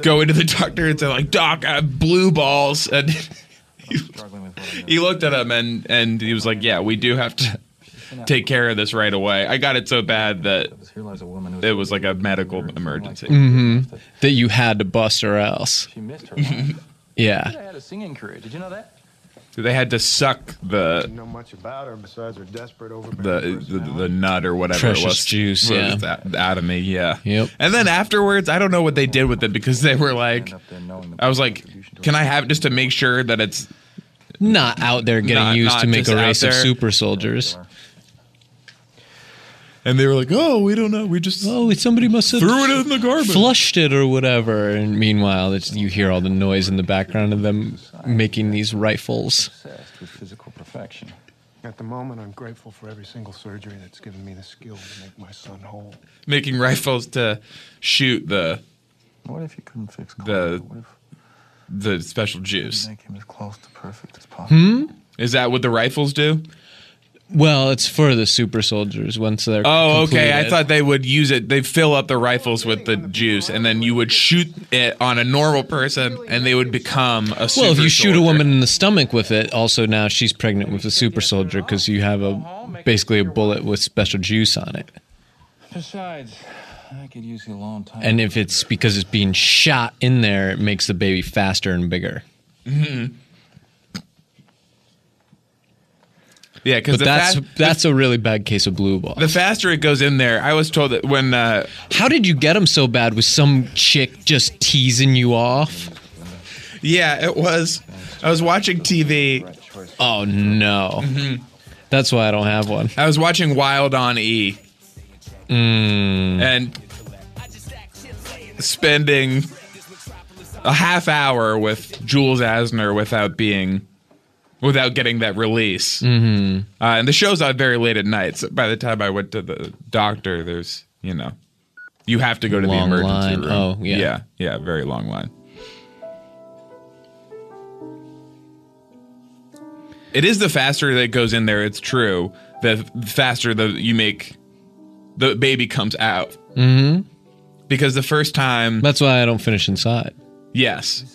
S3: go into the doctor and say like, "Doc, I have blue balls," and [LAUGHS] he looked at him and and he was like, "Yeah, we do have to." Take care of this right away. I got it so bad that it was like a medical emergency.
S2: Mm-hmm. That you had to bust or else.
S7: [LAUGHS] She missed her. life.
S2: Yeah.
S7: I had a singing career. Did you know that?
S3: They had to suck the
S5: Didn't know much about her besides her desperate overbearing.
S3: the the, the nut or whatever
S2: Precious
S3: it was
S2: juice,
S3: was
S2: yeah.
S3: that- out of me yeah
S2: Yep.
S3: and then afterwards i don't know what they did with it because they were like i was like can i have it just to make sure that it's
S2: Not out there getting
S3: Not-
S2: used
S3: not
S2: to make
S3: just
S2: a
S3: out
S2: race of
S3: there.
S2: super soldiers.
S3: and they were like oh we don't know we just
S2: Oh, somebody must have
S3: threw it in the garbage
S2: flushed it or whatever. And meanwhile, it's, you hear all the noise in the background of them making these rifles.
S7: Obsessed with physical perfection.
S5: At the moment, I'm grateful for every single surgery that's given me the skill to make my son whole.
S3: making rifles to shoot the
S7: What if you couldn't fix
S3: the the special juice
S7: make him as close to perfect as possible?
S2: Hmm?
S3: is that what the rifles do
S2: Well, it's for the super soldiers once they're.
S3: oh okay i
S2: completed.
S3: thought they would use it they fill up the rifles with the juice and then you would shoot it on a normal person and they would become a super
S2: Well, if you shoot a
S3: soldier.
S2: woman in the stomach with it, also now she's pregnant with a super soldier because you have a basically a bullet with special juice on it.
S7: Besides, I could use you a long time.
S2: And if it's because it's being shot in there, it makes the baby faster and bigger.
S3: Mhm. Yeah, because
S2: But that's that's a really bad case of blue balls.
S3: the faster it goes in there. I was told that when uh,
S2: How did you get them so bad? Was some chick just teasing you off?
S3: yeah, it was. I was watching TV.
S2: Oh no, that's why I don't have one.
S3: I was watching Wild on E and spending a half hour with Jules Asner without being without getting that release.
S2: Mm-hmm.
S3: Uh, and the show's on very late at night. So by the time I went to the doctor, there's, you know, you have to go to
S2: Long
S3: the emergency
S2: line.
S3: room.
S2: Oh, yeah.
S3: Yeah, yeah, very long line. It is the faster that it goes in there, it's true. The f- faster the you make the baby comes out.
S2: Mm-hmm.
S3: Because the first time
S2: That's why I don't finish inside.
S3: Yes.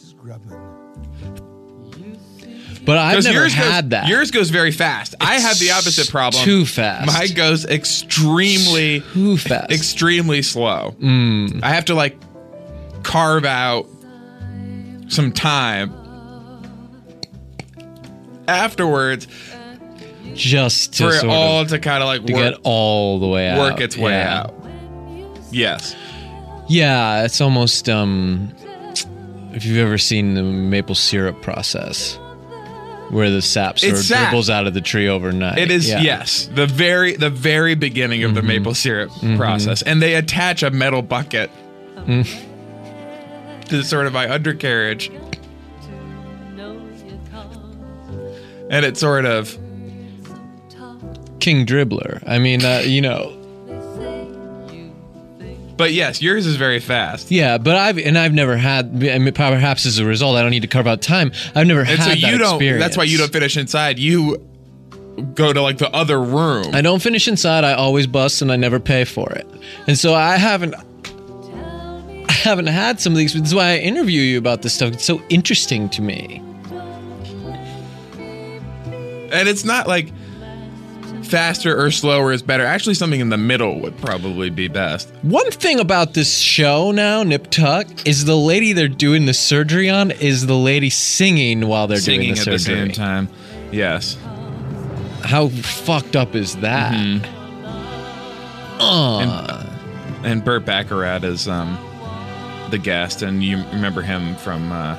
S2: But I've
S3: 'Cause
S2: never
S3: yours
S2: had
S3: goes,
S2: that.
S3: Yours goes very fast. I have the opposite problem.
S2: too fast.
S3: Mine goes extremely
S2: too fast. Mm.
S3: Extremely slow. I have to like carve out some time afterwards
S2: just to
S3: for it
S2: sort of-
S3: all to kind of like
S2: to
S3: work
S2: get all the way out.
S3: work its way
S2: Yeah.
S3: out. Yes.
S2: Yeah, it's almost um if you've ever seen the maple syrup process where the sap sort
S3: It's
S2: of
S3: sap.
S2: dribbles out of the tree overnight.
S3: It is
S2: Yeah. Mm-hmm.
S3: yes, the very the very beginning of the maple syrup process, and they attach a metal bucket
S2: Mm.
S3: to sort of my undercarriage, and it sort of
S2: King dribbler. I mean, uh, you know,
S3: But yes, yours is very fast.
S2: yeah, but I've and I've never had I mean, perhaps as a result I don't need to carve out time. I've never
S3: And
S2: had
S3: so
S2: that
S3: you don't
S2: experience.
S3: that's why you don't finish inside. You go to like the other room.
S2: I don't finish inside. I always bust and I never pay for it. And so I haven't I haven't had some of these. That's why I interview you about this stuff. It's so interesting to me.
S3: And it's not like faster or slower is better. Actually something in the middle would probably be best.
S2: One thing about this show now, Nip Tuck, is the lady they're doing the surgery on is the lady singing while they're doing
S3: Singing
S2: the
S3: at
S2: surgery.
S3: the same time. Yes.
S2: How fucked up is that?
S3: Mm-hmm.
S2: Uh,
S3: And, and Burt Baccarat is um the guest and you remember him from uh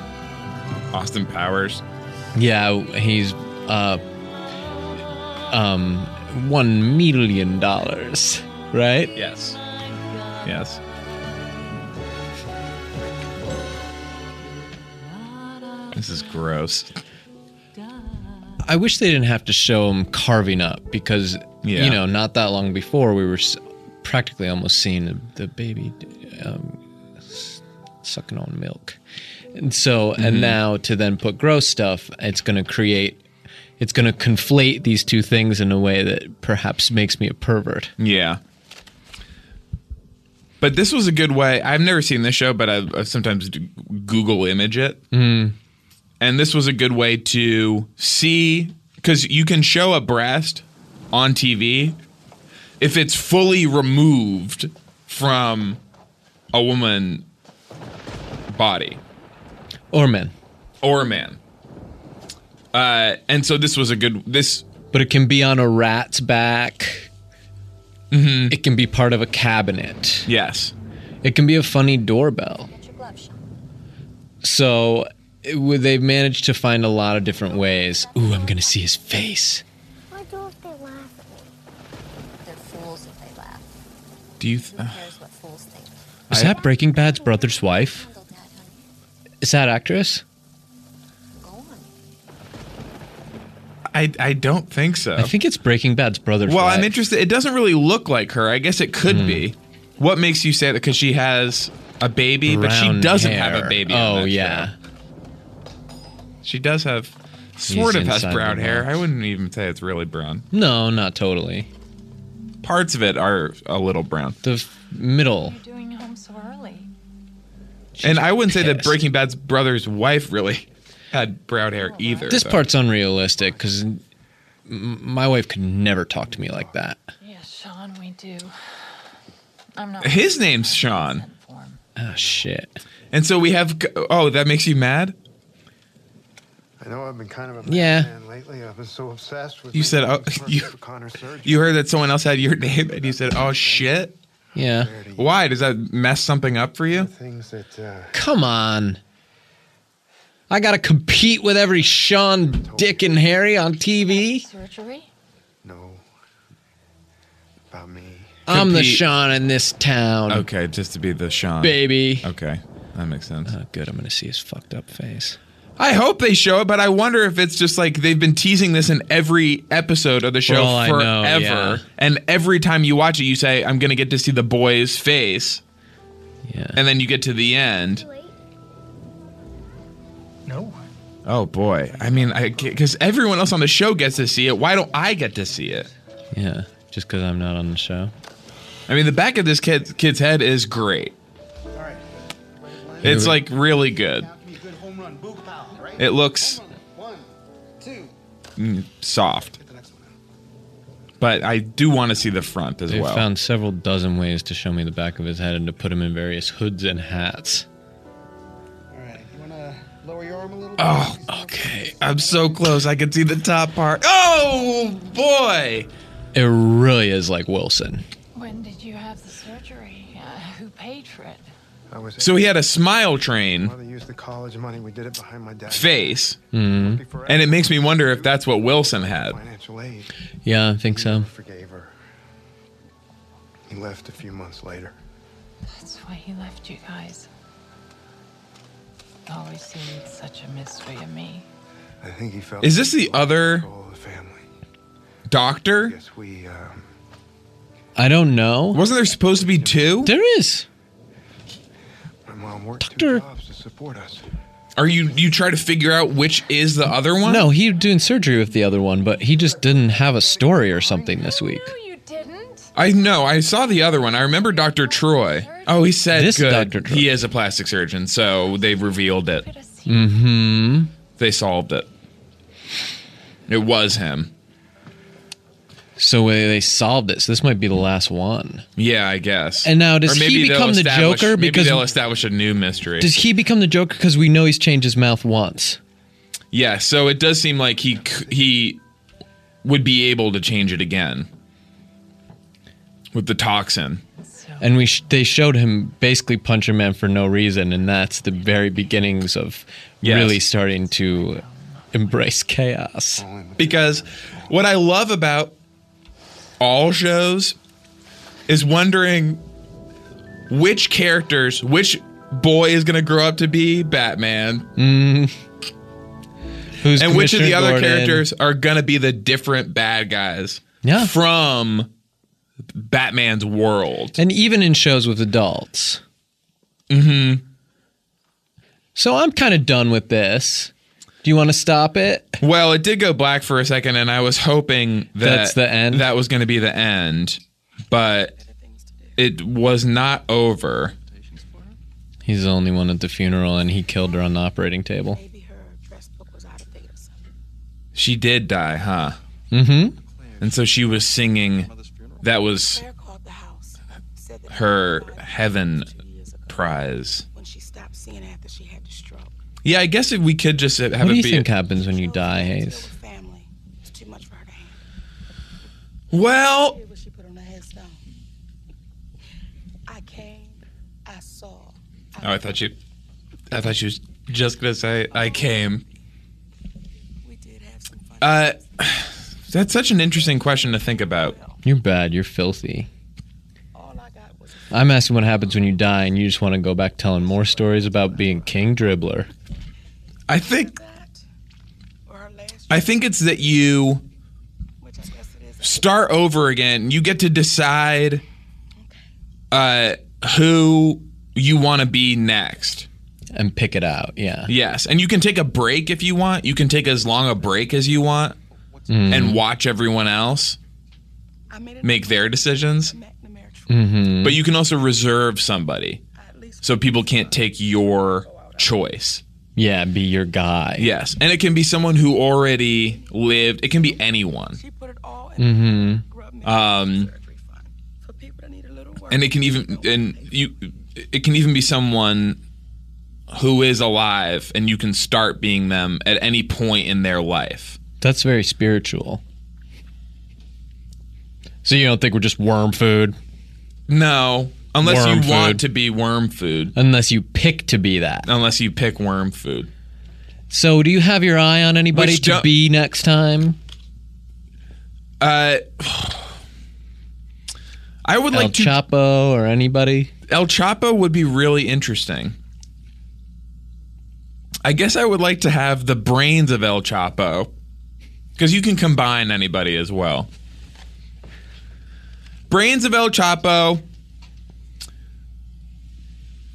S3: Austin Powers.
S2: yeah, he's uh um one million dollars, right?
S3: Yes. Yes. This is gross.
S2: I wish they didn't have to show him carving up because
S3: Yeah.
S2: you know not that long before we were s- practically almost seeing the, the baby um, s- sucking on milk, and so and now to then put gross stuff, it's going to create, it's going to conflate these two things in a way that perhaps makes me a pervert.
S3: Yeah. But this was a good way. I've never seen this show, but I, I sometimes do Google image it.
S2: Mm.
S3: And this was a good way to see because you can show a breast on TV if it's fully removed from a woman body
S2: Or men,
S3: or a man. Uh, and so this was a good this
S2: but it can be on a rat's back.
S3: Mm-hmm.
S2: It can be part of a cabinet.
S3: yes
S2: It can be a funny doorbell. So it, w- they've managed to find a lot of different ways. Ooh, I'm gonna see his face.
S10: What do if they laugh at me? They're fools if they laugh.
S3: Do you? Th-
S10: cares what fools think?
S2: Is that Breaking Bad's brother's wife? Is that actress?
S3: I I don't think so.
S2: I think it's Breaking Bad's brother's
S3: Oh. Well,
S2: wife.
S3: I'm interested. It doesn't really look like her. I guess it
S2: Hmm.
S3: could be. What makes you say that? Because she has a baby, but she
S2: Brown
S3: doesn't
S2: hair.
S3: have a baby. on
S2: Oh
S3: that
S2: yeah,
S3: show. she does have sort
S2: He's
S3: of has
S2: inside
S3: brown
S2: the
S3: hair.
S2: box.
S3: I wouldn't even say it's really brown.
S2: no, not totally.
S3: Parts of it are a little brown.
S2: The f- middle.
S6: You're doing home so early.
S3: and I wouldn't say that
S2: pissed.
S3: Breaking Bad's brother's wife really [LAUGHS] had brown hair either.
S2: This
S3: though.
S2: part's unrealistic because my wife could never talk to me like that.
S6: Yeah, Sean, we do. I'm not.
S3: His name's Sean.
S2: Ah shit.
S3: And so we have. Oh, that makes you mad.
S5: I know I've been kind of a [LAUGHS]
S3: Yeah.
S5: man lately. I've been so obsessed with
S3: You said oh,
S5: maintenance work
S3: you,
S5: for Connor Surgeon.
S3: you heard that someone else had your [LAUGHS] name and you said, "Oh shit."
S15: Yeah.
S3: Why does that mess something up for you?
S5: things that uh,
S15: Come on. I gotta compete with every Sean, Dick, and Harry on TV.
S16: Surgery?
S5: know about me.
S15: I'm the
S3: Compete.
S15: Sean in this town.
S3: Okay, just to be the Sean
S15: Baby.
S3: Okay, that makes sense.
S15: good. I'm gonna see his fucked up face.
S3: Uh, I hope they show it, but I wonder if it's just like they've been teasing this in every episode of the show
S15: Well, I
S3: forever.
S15: know, yeah.
S3: And every time you watch it, you say, I'm going to get to see the boy's face.
S15: Yeah.
S3: And then you get to the end.
S17: No.
S3: Oh, boy. I mean, because everyone else on the show gets to see it. Why don't I get to see it?
S2: Yeah, just because I'm not on the show.
S3: I mean, the back of this kid, kid's head is great. It's like really good. It looks mm, soft. But I do want to see the front as
S2: They
S3: well.
S2: found several dozen ways to show me the back of his head and to put him in various hoods and hats.
S3: oh, okay. I'm so close. I can see the top part. Oh boy.
S2: It really is like Wilson.
S16: When did you have the surgery? Uh, who paid for it?
S5: I was
S3: So he had a smile train
S5: mother used the college money. We did it behind my dad's
S3: face.
S2: Mhm.
S3: And it makes me wonder if that's what Wilson had.
S5: financial aid.
S2: Yeah, I think so.
S5: Forgave her. He left a few months later.
S16: That's why he left you guys. Always seemed such a mystery to me.
S5: I think he felt.
S3: Is this the other doctor?
S5: Yes, we. Um,
S2: I don't know.
S3: Wasn't there supposed to be two?
S2: There is.
S5: my mom worked two jobs to support us.
S3: Are you you try to figure out which is the other one?
S2: No, he was doing surgery with the other one, but he just didn't have a story or something this week.
S3: I know. I saw the other one. I remember Dr. Troy. Oh, he said
S2: This
S3: good.
S2: Dr. Troy.
S3: He is a plastic surgeon, so they revealed it.
S2: Mm-hmm.
S3: They solved it. It was him.
S2: So they they solved it. So this might be the last one.
S3: Yeah, I guess.
S2: And now, does
S3: Or maybe
S2: he
S3: they'll
S2: become the
S3: establish-
S2: Joker?
S3: Maybe
S2: Because-
S3: they'll establish a new mystery.
S2: Does he become the Joker because we know he's changed his mouth once?
S3: yeah. So it does seem like he c- he would be able to change it again with the toxin.
S2: and we sh- they showed him basically Puncher Man for no reason, and that's the very beginnings of
S3: Yes.
S2: really starting to embrace chaos.
S3: because what I love about all shows is wondering which characters, which boy is going to grow up to be Batman,
S2: Mm. Who's
S3: and which of the
S2: Commissioner
S3: other
S2: Gordon?
S3: characters are going to be the different bad guys
S2: Yeah.
S3: from Batman's world.
S2: And even in shows with adults.
S3: Mm-hmm.
S2: So I'm kind of done with this. Do you want to stop it?
S3: Well, it did go black for a second, and I was hoping that
S2: That's the end?
S3: That was going to be the end, but it was not over.
S2: He's the only one at the funeral, and he killed her on the operating table.
S3: She did die, huh?
S2: Mm-hmm.
S3: And so she was singing. That was her heaven prize.
S6: When she stopped seeing after she had the stroke.
S3: Yeah, I guess if we could just have
S2: What do
S3: it
S2: you
S3: be.
S2: think happens when you die, Hayes?
S6: Family. It's too much for her to handle.
S3: well,
S6: Here's what she put on her headstone. I came, I saw.
S3: oh, I thought you. I thought she was just gonna say I came. Uh, [SIGHS] that's such an interesting question to think about.
S2: You're bad. You're filthy. I'm asking what happens when you die, and you just want to go back telling more stories about being king dribbler.
S3: I think. I think it's that you start over again. You get to decide uh, who you want to be next.
S2: and pick it out. Yeah.
S3: Yes, and you can take a break if you want. You can take as long a break as you want, and watch everyone else make their decisions.
S2: Mm-hmm.
S3: But you can also reserve somebody, so people can't take your choice.
S2: yeah, be your guy.
S3: Yes, and it can be someone who already lived. It can be anyone.
S2: Mm-hmm.
S3: Um, and it can even and you it can even be someone who is alive and you can start being them at any point in their life.
S2: That's very spiritual. So you don't think we're just worm food?
S3: No, unless
S2: Worm
S3: you want
S2: food.
S3: to be worm food.
S2: Unless you pick to be that.
S3: Unless you pick worm food.
S2: So do you have your eye on anybody
S3: Which
S2: to
S3: don't-
S2: be next time?
S3: Uh, [SIGHS] I would
S2: El
S3: like to.
S2: Chapo or anybody?
S3: El Chapo would be really interesting. I guess I would like to have the brains of El Chapo because you can combine anybody as well. Brains of El Chapo,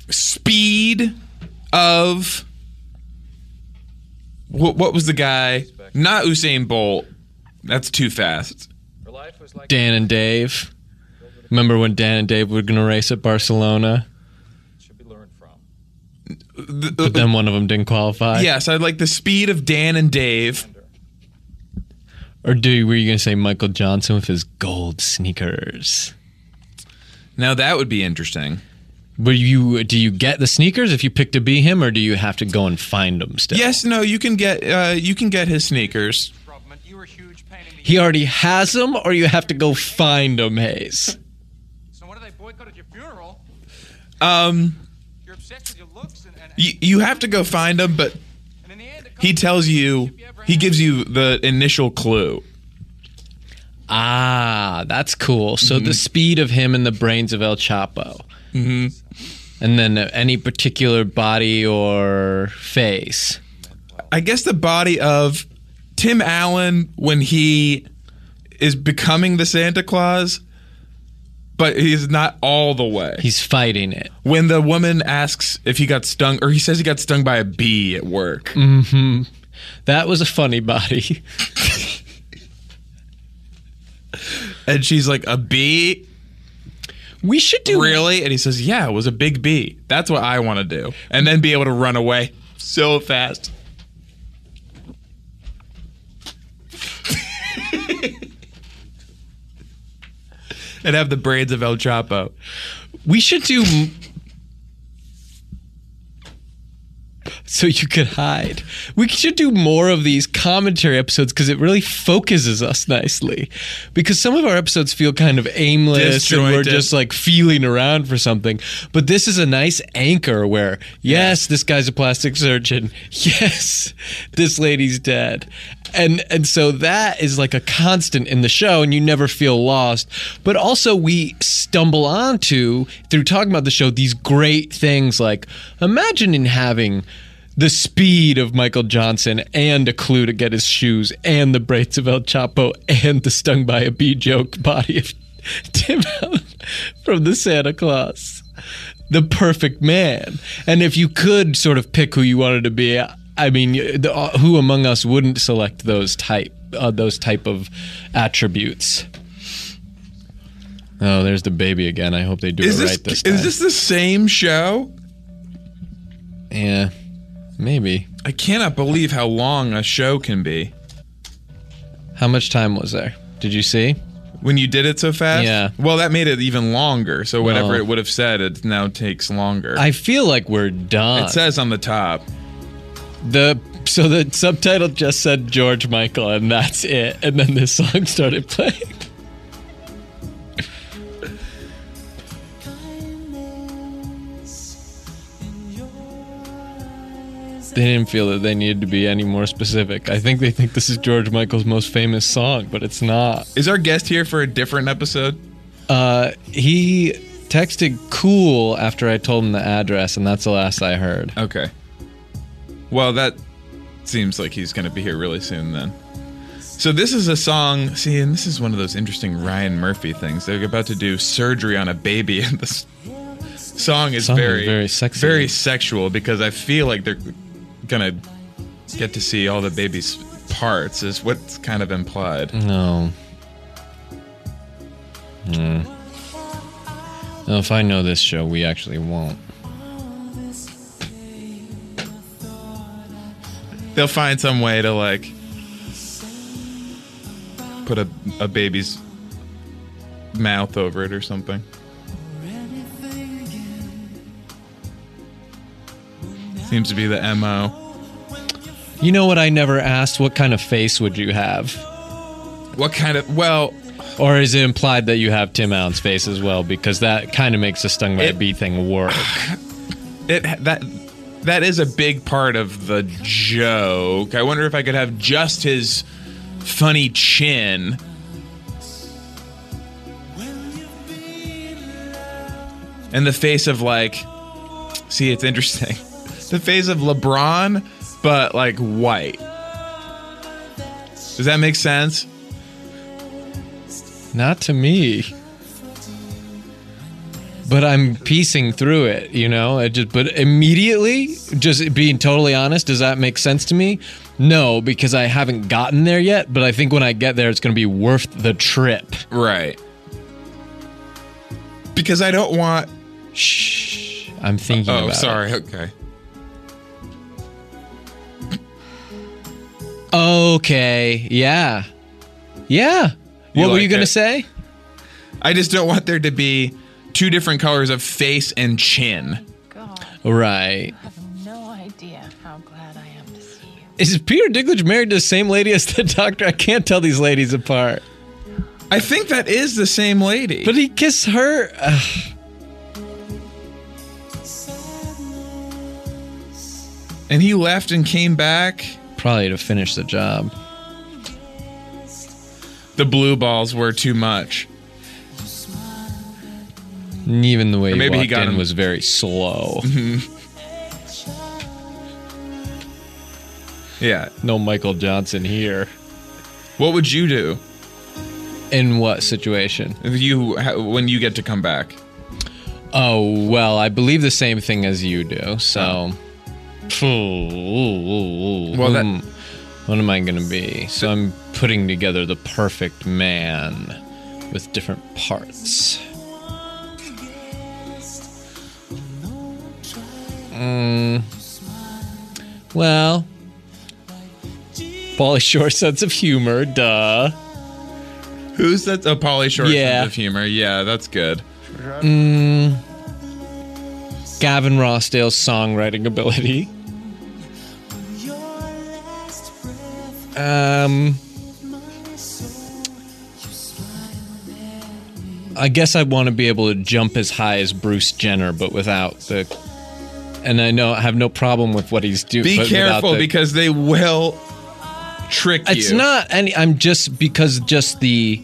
S3: speed of what, what was the guy? Not Usain Bolt. That's too fast.
S2: Dan and Dave. Remember when Dan and Dave were going to race at Barcelona, but then one of them didn't qualify?
S3: uh, Yes, I'd like the speed of Dan and Dave.
S2: Or do were you going to say Michael Johnson with his gold sneakers?
S3: Now that would be interesting.
S2: Were you? Do you get the sneakers if you pick to be him, or do you have to go and find them still?
S3: Yes, no, you can get uh, you can get his sneakers.
S2: He already has them, or you have to go find them, Hayes.
S3: Um, you, you have to go find him, but he tells you he gives you the initial clue.
S2: Ah, that's cool. So the speed of him and the brains of El Chapo.
S3: Mm-hmm.
S2: And then uh, any particular body or face.
S3: I guess the body of Tim Allen when he is becoming the Santa Claus, but he's not all the way.
S2: He's fighting it.
S3: When the woman asks if he got stung, or he says he got stung by a bee at work.
S2: hmm That was a funny body.
S3: And she's like, a bee?
S2: We should do
S3: really. And he says, "Yeah, it was a big bee. That's what I want to do." And then be able to run away so fast. [LAUGHS] and have the braids of El Chapo.
S2: We should do. So you could hide. We should do more of these commentary episodes because it really focuses us nicely. Because some of our episodes feel kind of aimless and we're
S3: Disjointed.
S2: just like feeling around for something. But this is a nice anchor where, yes, this guy's a plastic surgeon. [LAUGHS] Yes, this lady's dead. And and so that is like a constant in the show and you never feel lost. But also we stumble onto through talking about the show these great things like imagining having the speed of Michael Johnson and a clue to get his shoes and the braids of El Chapo and the stung by a bee joke body of [LAUGHS] Tim Allen from the Santa Claus. The perfect man. And if you could sort of pick who you wanted to be, I mean, the, uh, who among us wouldn't select those type uh, those type of attributes? Oh, there's the baby again. I hope they do
S3: Is
S2: it
S3: this,
S2: right this time.
S3: is this the same show?
S2: Yeah, maybe.
S3: I cannot believe how long a show can be
S2: How much time was there? Did you see?
S3: when you did it so fast.
S2: Yeah.
S3: Well, that made it even longer. So whatever
S2: Well.
S3: it would have said, it now takes longer.
S2: I feel like we're done.
S3: it says on the top.
S2: the so the subtitle just said George Michael and that's it. And then this song started playing. [LAUGHS] They didn't feel that they needed to be any more specific. I think they think this is George Michael's most famous song, but it's not.
S3: Is our guest here for a different episode?
S2: Uh, he texted cool after I told him the address, and that's the last I heard.
S3: Okay. Well, that seems like he's going to be here really soon then. So this is a song. See, and this is one of those interesting Ryan Murphy things. They're about to do surgery on a baby, [LAUGHS] and this song is
S2: Song is
S3: very,
S2: very sexy.
S3: very sexual because I feel like they're gonna get to see all the baby's parts. Is what's kind of implied.
S2: No. Hmm. No, if I know this show, we actually won't.
S3: They'll find some way to like put a a baby's mouth over it or something. Seems to be the MO.
S2: You know what I never asked? What kind of face would you have?
S3: What kind of. Well.
S2: Or is it implied that you have Tim Allen's face as well? Because that kind of makes the Stung by a Bee thing work.
S3: It that that is a big part of the joke. I wonder if I could have just his funny chin. And the face of like see it's interesting. [LAUGHS] The face of LeBron but like white. Does that make sense?
S2: Not to me. But I'm piecing through it, you know. It just but immediately, just being totally honest, does that make sense to me? No, because I haven't gotten there yet, but I think when I get there it's going to be worth the trip.
S3: Right. Because I don't want
S2: Shh. I'm thinking
S3: Oh,
S2: about it.
S3: sorry. Okay.
S2: Okay. Yeah. Yeah.
S3: You
S2: what were
S3: like
S2: you going
S3: it.
S2: to say?
S3: I just don't want there to be two different colors of face and chin.
S6: God,
S2: Right.
S6: I have no idea how glad I am to see you.
S2: Is Peter Dinklage married to the same lady as the doctor? I can't tell these ladies apart.
S3: I think that is the same lady.
S2: But he kissed her. Ugh.
S3: and he left and came back.
S2: Probably to finish the job.
S3: The blue balls were too much.
S2: And even the way
S3: Or maybe
S2: he
S3: he
S2: walked
S3: got
S2: in
S3: him.
S2: was very slow.
S3: Yeah.
S2: no Michael Johnson here.
S3: What would you do
S2: In what situation?
S3: if you ha- when you get to come back?
S2: Oh, well, I believe the same thing as you do. So.
S3: Well, that-
S2: Hmm. What am I going to be? So I'm putting together the perfect man with different parts. Mm. Well, Pauly Shore sense of humor, duh.
S3: Who's that? Oh, Polly Short
S2: Yeah.
S3: sense of humor. Yeah, that's good.
S2: Mm. Gavin Rossdale's songwriting ability. Um, I guess I want to be able to jump as high as Bruce Jenner, but without the. And I know I have no problem with what he's doing.
S3: Be careful because they will trick you.
S2: it's not any. I'm just because just the.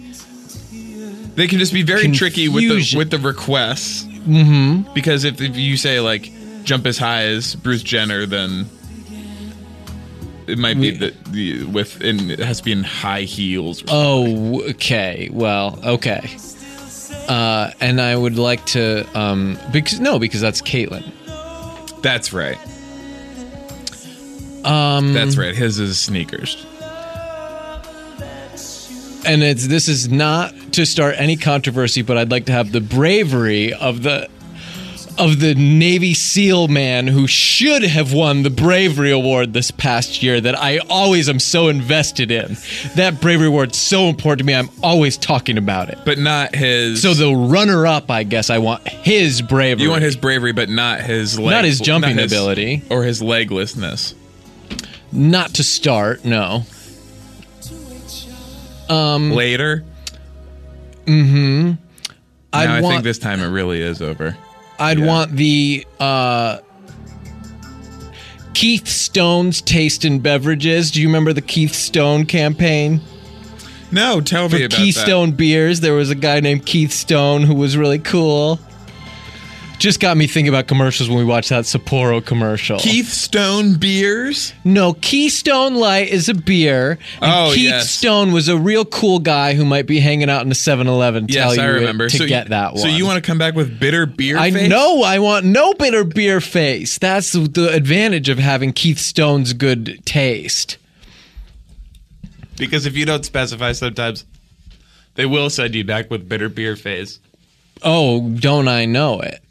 S3: They can just be very tricky with the
S2: Confusion.
S3: with the requests
S2: Mm-hmm.
S3: because if, if you say like jump as high as Bruce Jenner, then it might be that the with in it has to be in high heels.
S2: Oh, okay. Well, okay. Uh, and I would like to, um, because no, because that's Caitlin.
S3: That's right.
S2: Um,
S3: That's right. His is sneakers.
S2: And it's this is not to start any controversy, but I'd like to have the bravery of the of the Navy SEAL man who should have won the bravery award this past year that I always am so invested in. That bravery award's so important to me. I'm always talking about it.
S3: But not his.
S2: So the runner up, I guess, I want his bravery.
S3: you want his bravery, but not his leg,
S2: Not his jumping
S3: not his-
S2: ability.
S3: or his leglessness.
S2: not to start no um
S3: Later,
S2: mhm.
S3: i now
S2: i'd
S3: I
S2: want
S3: think this time it really is over.
S2: i'd want the uh keith stone's taste in beverages do you remember the keith stone campaign
S3: No, tell
S2: for
S3: me about
S2: keystone beers there was a guy named keith stone who was really cool just got me thinking about commercials when we watched that Sapporo commercial.
S3: that. Keith Stone beers.
S2: No, Keystone Light is a beer. And
S3: Oh,
S2: Keith
S3: yes.
S2: Stone was a real cool guy who might be hanging out in a 7 Eleven.
S3: Yes, I remember.
S2: To
S3: so
S2: get
S3: you,
S2: that one.
S3: So you want to come back with bitter beer?
S2: I
S3: face?
S2: know I want no bitter beer face. That's the- the advantage of having Keith Stone's good taste.
S3: because if you don't specify, sometimes they will send you back with bitter beer face.
S2: Oh, don't I know it?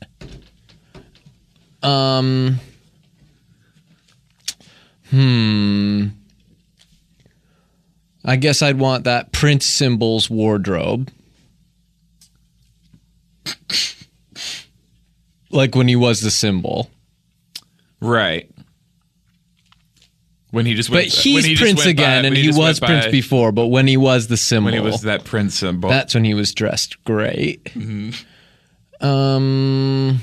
S2: Um. Hmm. I guess I'd want that Prince Symbols wardrobe. Like when he was the symbol.
S3: Right. When he just
S2: But
S3: went, when
S2: he's
S3: he just
S2: Prince
S3: went by-
S2: again,
S3: when
S2: and he,
S3: just
S2: was
S3: went
S2: Prince
S3: by-
S2: before. But when he was the symbol,
S3: When he was that Prince symbol.
S2: that's when he was dressed great.
S3: Mm-hmm.
S2: Um,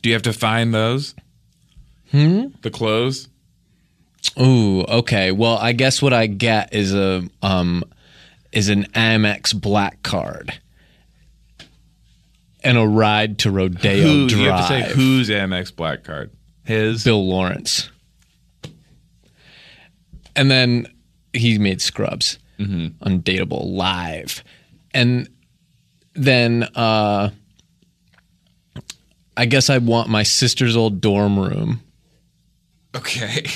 S3: Do you have to find those?
S2: hmm.
S3: The clothes?
S2: Ooh, okay. Well, I guess what I get is a um is an Amex black card and a ride to Rodeo
S3: Who-
S2: Drive.
S3: You have to say whose Amex black card. His
S2: Bill Lawrence. And then he made Scrubs, Undateable live, and then uh, I guess I want my sister's old dorm room.
S3: Okay.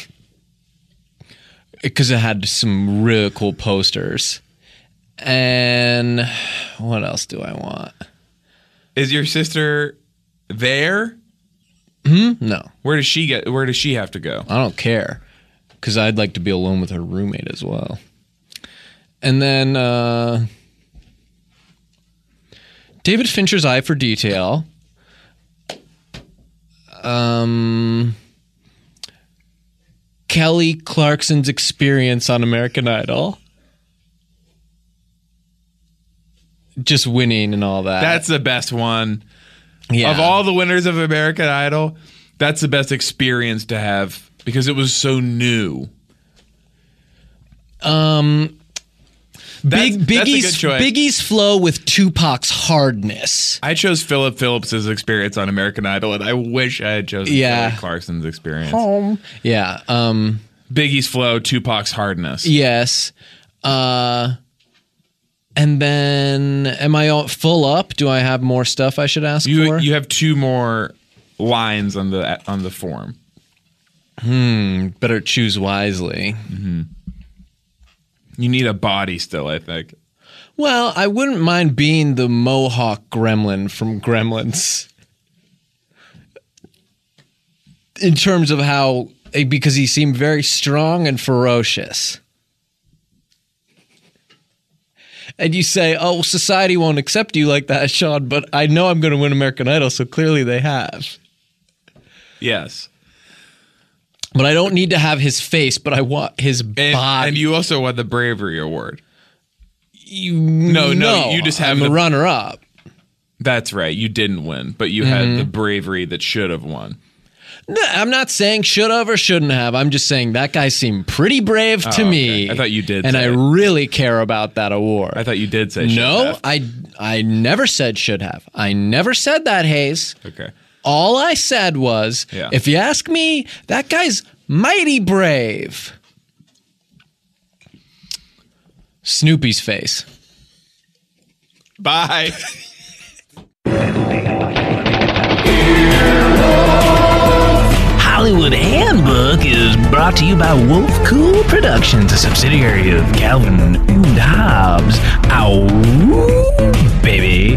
S2: because it had some really cool posters. And what else do I want?
S3: [LAUGHS] Is your sister there?
S2: Hmm? No,
S3: Where does she get? Where does she have to go?
S2: I don't care because I'd like to be alone with her roommate as well. And then uh, David Fincher's eye for detail. Um, Kelly Clarkson's experience on American Idol. Just winning and all that.
S3: That's the best one
S2: yeah.
S3: of all the winners of American Idol. That's the best experience to have because it was so new.
S2: Um,
S3: That's-
S2: Big
S3: that's a
S2: Biggie's
S3: good choice.
S2: Biggie's flow with Tupac's hardness.
S3: I chose Philip Phillips's experience on American Idol, and I wish I had chosen
S2: Yeah.
S3: Kelly Clarkson's experience.
S2: Home. Yeah. Um.
S3: Biggie's flow, Tupac's hardness.
S2: E Yes. Uh. And then, am I all full up? Do I have more stuff I should ask
S3: You
S2: for?
S3: you have two more lines on the on the form.
S2: hmm. Better choose wisely.
S3: You need a body still, I think.
S2: Well, I wouldn't mind being the Mohawk Gremlin from Gremlins. In terms of how, eh, because he seemed very strong and ferocious. And you say, oh, well, society won't accept you like that, Sean, but I know I'm going to win American Idol, so clearly they have.
S3: Yes.
S2: But I don't need to have his face, but I want his
S3: And,
S2: body.
S3: and you also won the bravery award.
S2: you, no,
S3: no, you just have
S2: I'm a
S3: the-
S2: runner up.
S3: That's right. You didn't win, but you
S2: Mm-hmm.
S3: had the bravery that should have won.
S2: No, I'm not saying should have or shouldn't have. I'm just saying that guy seemed pretty brave to
S3: Oh, okay.
S2: me.
S3: I thought you did
S2: and
S3: say
S2: I
S3: it.
S2: really care about that award.
S3: I thought you did say should
S2: no,
S3: have.
S2: I I never said should have. I never said that, Hayes.
S3: Okay.
S2: All I said was,
S3: Yeah.
S2: if you ask me, that guy's mighty brave. Snoopy's face.
S3: Bye. [LAUGHS]
S18: Hollywood Handbook is brought to you by Wolf Cool Productions, a subsidiary of Calvin and Hobbes. Ow, baby.